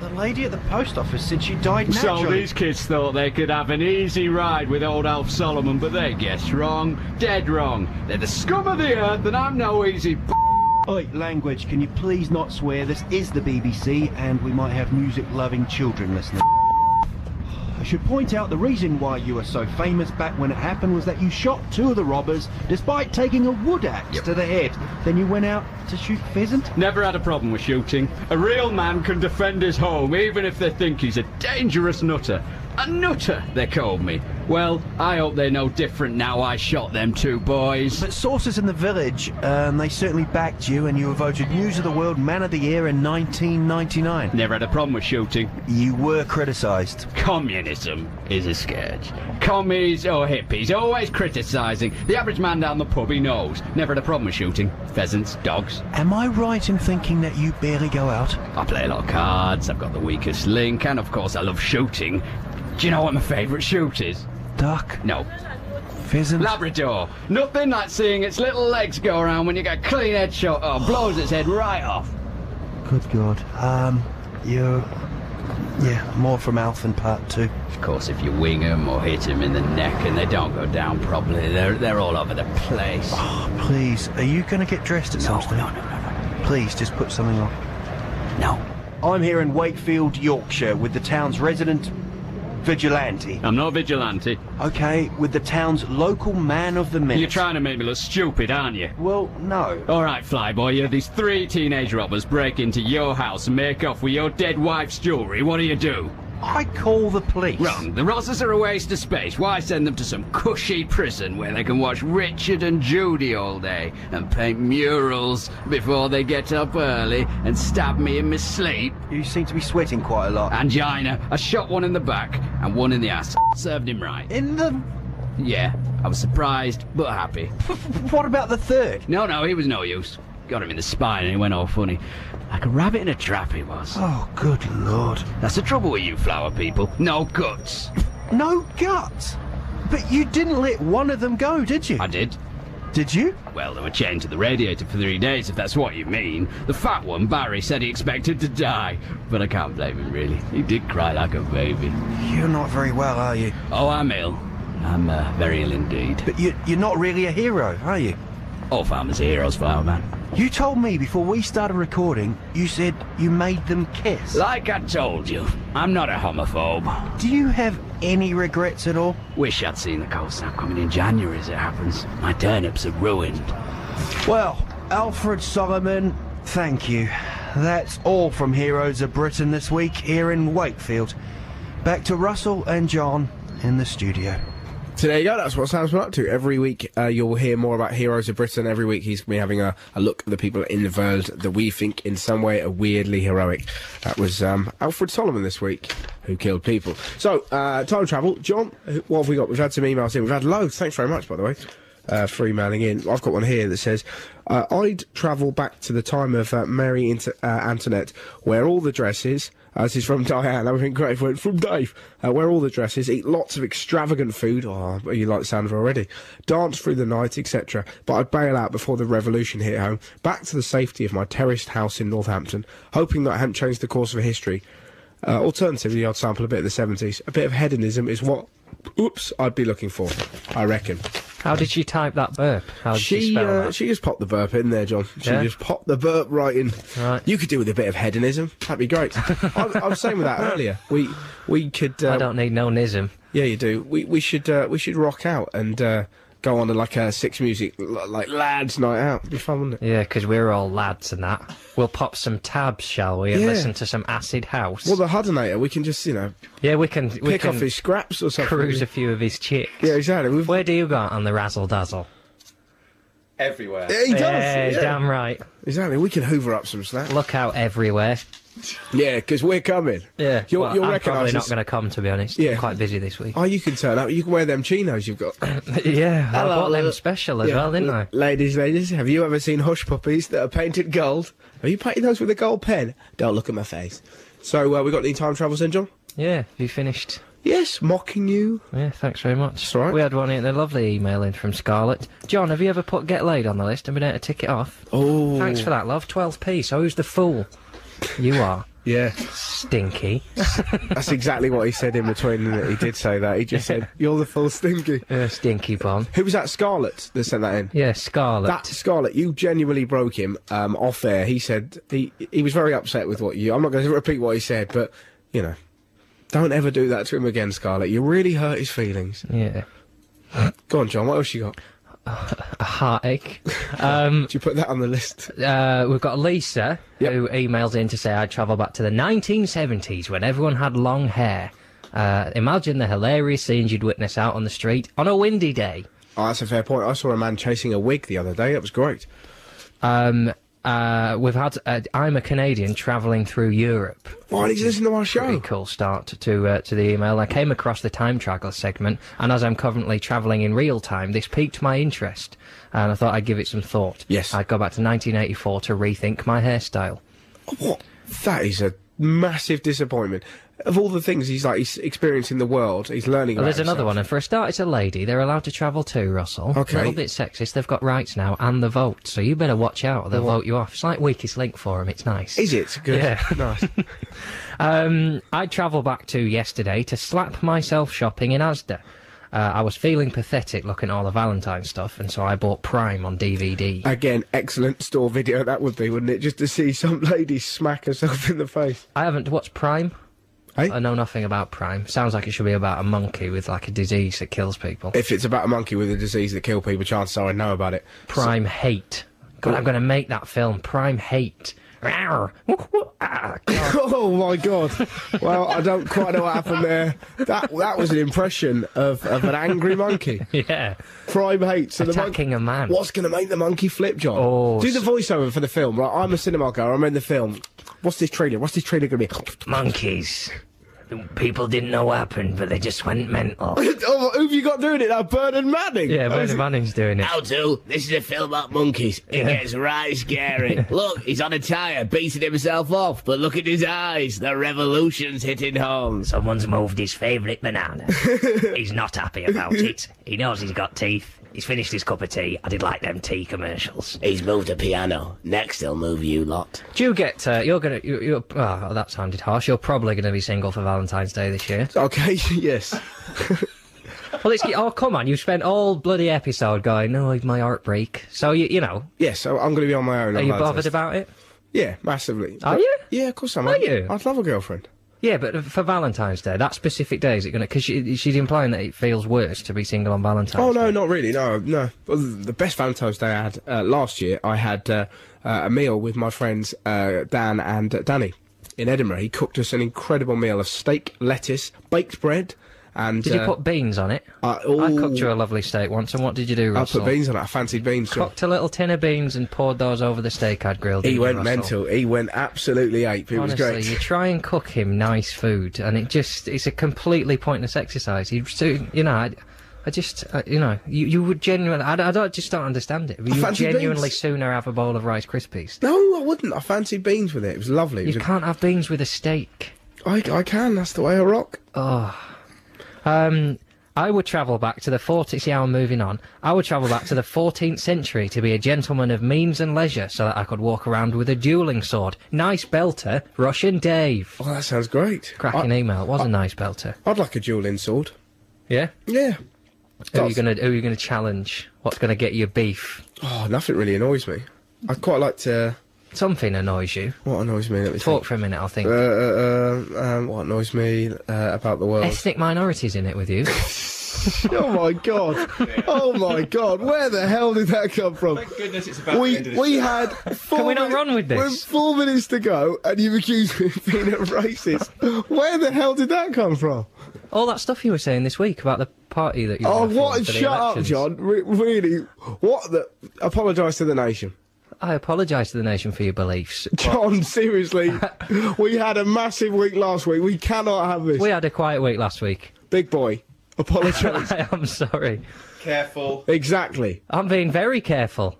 The lady at the post office said she died naturally. So these kids thought they could have an easy ride with old Alf Solomon, but they guessed wrong. Dead wrong. They're the scum of the earth, and I'm no easy b- Oi, language, can you please not swear? This is the BBC and we might have music loving children listening. I should point out the reason why you were so famous back when it happened was that you shot two of the robbers despite taking a wood axe to the head. Then you went out to shoot pheasant? Never had a problem with shooting. A real man can defend his home even if they think he's a dangerous nutter. A nutter, they called me. Well, I hope they know different now I shot them two boys. But sources in the village, um, they certainly backed you, and you were voted News of the World Man of the Year in 1999. Never had a problem with shooting. You were criticised. Communism is a scourge. Commies or hippies, always criticising. The average man down the pub, he knows. Never had a problem with shooting. Pheasants, dogs. Am I right in thinking that you barely go out? I play a lot of cards, I've got the weakest link, and of course I love shooting. Do you know what my favourite shoot is? Duck, No. pheasant. Labrador. Nothing like seeing its little legs go around when you get a clean headshot or blows its head right off. Good God. Um, you. Yeah, more from Alf and Part 2. Of course, if you wing 'em or hit 'em in the neck and they don't go down properly, they're, they're all over the place. Oh, please, are you going to get dressed at some stage? no, no, no, no. Please, just put something on. No. I'm here in Wakefield, Yorkshire, with the town's resident vigilante. I'm not a vigilante. Okay, with the town's local man of the minute. You're trying to make me look stupid, aren't you? Well, no. All right, flyboy, you have these three teenage robbers break into your house and make off with your dead wife's jewelry. What do you do? I call the police. Wrong. The Rosses are a waste of space. Why send them to some cushy prison where they can watch Richard and Judy all day and paint murals before they get up early and stab me in my sleep? You seem to be sweating quite a lot. Angina. I shot one in the back and one in the ass. Served him right. In the. Yeah, I was surprised but happy. What about the third? No, no, he was no use. Got him in the spine and he went all funny. Like a rabbit in a trap, he was. Oh, good lord. That's the trouble with you flower people. No guts. No guts! But you didn't let one of them go, did you? I did. Did you? Well, they were chained to the radiator for three days, if that's what you mean. The fat one, Barry, said he expected to die. But I can't blame him, really. He did cry like a baby. You're not very well, are you? Oh, I'm ill. I'm uh, very ill indeed. But you, you're not really a hero, are you? All farmers are heroes, Flower Man. You told me before we started recording, you said you made them kiss. Like I told you, I'm not a homophobe. Do you have any regrets at all? Wish I'd seen the cold snap coming in January as it happens. My turnips are ruined. Well, Alfred Solomon, thank you. That's all from Heroes of Britain this week here in Wakefield. Back to Russell and John in the studio. So there you go. That's what Sam's been up to. Every week, uh, you'll hear more about heroes of Britain. Every week, he's been having a, a look at the people in the world that we think, in some way, are weirdly heroic. That was um, Alfred Solomon this week, who killed people. So uh, time travel, John. who- What have we got? We've had some emails in. We've had loads. Thanks very much, by the way. Uh, for emailing in, I've got one here that says, uh, "I'd travel back to the time of uh, Mary Inter- uh, Antoinette, where all the dresses uh, This is from [LAUGHS] Diane. That would have been great if it went from Dave. Uh, wear all the dresses, eat lots of extravagant food. Oh, you like the sound of her already. Dance through the night, etc. But I'd bail out before the revolution hit home. Back to the safety of my terraced house in Northampton, hoping that I hadn't changed the course of history. Uh, alternatively, I'd sample a bit of the 70s. A bit of hedonism is what, oops, I'd be looking for, I reckon. How did she type that burp? How did she, She spell uh, that? she just popped the burp in there, John. She Yeah? just popped the burp right in. Right. You could do with a bit of hedonism. That'd be [LAUGHS] great. I, I was saying with that earlier. We we could. Uh, I don't need no nism. Yeah, you do. We we should uh, we should rock out and uh, go on to like a six music l- like lads night out. It'd be fun, wouldn't it? Yeah, because we're all lads and that. We'll pop some tabs, shall we, and Yeah. listen to some acid house. Well, the Huddonator, we can just you know yeah, we can we pick can off his scraps or something. cruise a few of his chicks. yeah, exactly. We've, Where do you go out on the razzle dazzle? Everywhere. yeah, he does. yeah, Yeah, damn right. Exactly. We can hoover up some slack. Look out everywhere. Yeah, because we're coming. Yeah, you'll, well, you'll I'm recognise probably not us. going to come to be honest. Yeah. I'm quite busy this week. Oh, you can turn up. You can wear them chinos you've got. [LAUGHS] yeah, I Hello, bought them uh, special as Yeah. well, didn't I? Ladies, ladies, have you ever seen hush puppies that are painted gold? Have you painted those with a gold pen? Don't look at my face. So, uh, we got any time travel, then, John? Yeah, you finished. Yes, mocking you. Yeah, thanks very much. all right. We had one in a lovely email in from Scarlett. John, have you ever put get laid on the list and been able to tick it off? Oh, Thanks for that, love. 12p. So who's the fool? You are. yeah. [LAUGHS] Stinky. That's exactly what he said in between. Isn't it? He did say that. He just said, [LAUGHS] "You're the full stinky." Uh, stinky bomb. Who was that? Scarlet that sent that in. Yeah, Scarlet. That Scarlet, you genuinely broke him um, off air. He said he he was very upset with what you. I'm not going to repeat what he said, but you know, don't ever do that to him again, Scarlet. You really hurt his feelings. Yeah. Go on, John. What else you got? A heartache. um, Do you put that on the list? uh, we've got Lisa, Yep. who emails in to say, I travel back to the 1970s when everyone had long hair. Uh, imagine the hilarious scenes you'd witness out on the street on a windy day. Oh, that's a fair point. I saw a man chasing a wig the other day. That was great. Um, uh, we've had. Uh, I'm a Canadian travelling through Europe. Why did you listen to our Pretty show? cool start to uh, to the email. I came across the time travel segment, and as I'm currently travelling in real time, this piqued my interest, and I thought I'd give it some thought. Yes. I'd go back to 1984 to rethink my hairstyle. What? That is a massive disappointment. Of all the things he's like, he's experiencing the world. He's learning. Well, about Oh, there's another himself. one, and for a start, it's a lady. They're allowed to travel too, Russell. Okay. A little bit sexist. They've got rights now, and the vote. So you better watch out. or They'll vote you off. It's like weakest link for them. It's nice. Is it good? Yeah. [LAUGHS] nice. Um, I travel back to yesterday to slap myself shopping in Asda. Uh, I was feeling pathetic looking at all the Valentine stuff, and so I bought Prime on DVD. Again, excellent store video that would be, wouldn't it? Just to see some lady smack herself in the face. I haven't watched Prime. Eh? I know nothing about Prime. Sounds like it should be about a monkey with like a disease that kills people. If it's about a monkey with a disease that kill people, chances are I know about it. Prime Hate. God, I'm going to make that film. Prime Hate. Rawr. Ah, [LAUGHS] God. [LAUGHS] Oh my god! Well, I don't quite know what happened there. That that was an impression of, of an angry monkey. yeah. Prime hate. So Attacking the a man. What's going to make the monkey flip, John? Oh, Do the s- voiceover for the film. Right, I'm a cinema guy. I'm in the film. What's this trailer? What's this trailer going to be? [LAUGHS] Monkeys. People didn't know what happened, but they just went mental. oh, who've you got doing it? That Bernard Manning. yeah, Oh, is Bernard it- Manning's doing it. How to? This is a film about monkeys. It gets right scary. look, he's on a tire, beating himself off, but look at his eyes. The revolution's hitting home. Someone's moved his favourite [LAUGHS] banana. he's not happy about it. He knows he's got teeth. He's finished his cup of tea. I did like them tea commercials. He's moved a piano. Next, he'll move you lot. Do you get? Uh, you're gonna. You, you're, oh, that sounded harsh. You're probably gonna be single for Valentine's Day this year. Okay. [LAUGHS] Yes. Well, it's oh come on. You spent all bloody episode going, no, oh, my heartbreak. So you you know, Yes. I- I'm going to be on my own. are you bothered about it? Yeah, massively. Are you? Yeah, of course I'm. Are you? I'd love a girlfriend. Yeah, but for Valentine's Day, that specific day, is it gonna? Because she, she's implying that it feels worse to be single on Valentine's. Oh Day. no, not really. No, no. Well, The best Valentine's Day I had uh, last year, I had uh, uh, a meal with my friends uh, Dan and uh, Danny in Edinburgh. He cooked us an incredible meal of steak, lettuce, baked bread, and Did you uh, put beans on it? I- I ooh. cooked you a lovely steak once, and what did you do, I Russell? put beans on it. I fancied beans. John. Cooked a little tin of beans and poured those over the steak I'd grilled. He didn't you, went Russell? mental. He went absolutely ape. It Honestly, was you great. try and cook him nice food, and it just—it's a completely pointless exercise. You, so, you know, I, I just, uh, you know, you, you would genuinely, I, I don't, just don't understand it. You would fancy genuinely beans. sooner have a bowl of Rice Krispies. No, I wouldn't. I fancied beans with it. It was lovely. It You was a- can't have beans with a steak. I, I can. That's the way I rock. Um, I would travel back to the 40. See how I'm moving on. I would travel back to the 14th century to be a gentleman of means and leisure, so that I could walk around with a dueling sword. Nice belter, Russian Dave. Oh, that sounds great. Cracking I, email. It was a nice belter. I'd like a dueling sword. Yeah. Yeah. Who are you Does. gonna Who are you gonna challenge? What's gonna get you beef? Oh, nothing really annoys me. I'd quite like to. Something annoys you. What annoys me? Let me Talk for a minute. I'll think. think. Uh, uh, uh, um, what annoys me uh, about the world? Ethnic minorities in it with you. [LAUGHS] oh my god! Oh my god! Where the hell did that come from? Thank goodness it's about the We end of this. we had. Four we not minute- run with this? We're four minutes to go, and you've accused me of being a racist. Where the hell did that come from? All that stuff you were saying this week about the party that you. were Oh, for what? for the Shut up, elections. John! Re- really? What? the... Apologise to the nation. I apologise to the nation for your beliefs. John, [LAUGHS] seriously, we had a massive week last week. We cannot have this. We had a quiet week last week. [LAUGHS] Big boy, apologise. I am sorry. Careful. exactly. I'm being very careful.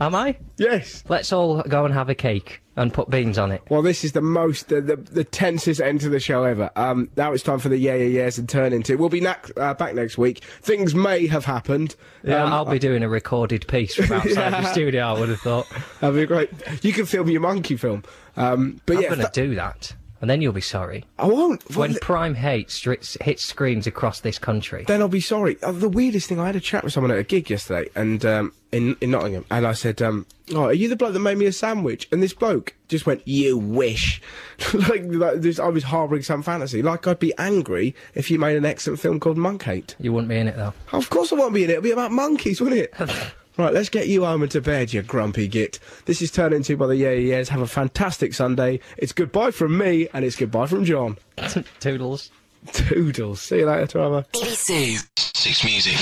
Am I? Yes. Let's all go and have a cake and put beans on it. Well, this is the most the, the, the tensest end to the show ever. Um, now it's time for the yeah yeah yeahs and turn into. We'll be nac- uh, back next week. Things may have happened. Yeah, Um, I'll be doing a recorded [LAUGHS] piece from outside the studio. I would have thought. That'd be great. You can film your monkey film. Um, but I'm yeah, going to th- do that, and then you'll be sorry. I won't. Well, when Prime hate stri- hits screens across this country. then I'll be sorry. Uh, the weirdest thing, I had a chat with someone at a gig yesterday, and um, in in Nottingham, and I said, um, "Oh, are you the bloke that made me a sandwich?" And this bloke just went, "You wish," [LAUGHS] like, like this, I was harbouring some fantasy, like I'd be angry if you made an excellent film called Monk Hate. You wouldn't be in it though. [LAUGHS] Of course I won't be in it. It'll be about monkeys, wouldn't it? right, let's get you home and to bed, you grumpy git. This is turned into by the Yeah Yeah Yeahs. Have a fantastic Sunday. It's goodbye from me, and it's goodbye from John. [LAUGHS] Toodles. Toodles. See you later, Trevor. BBC. Six Music.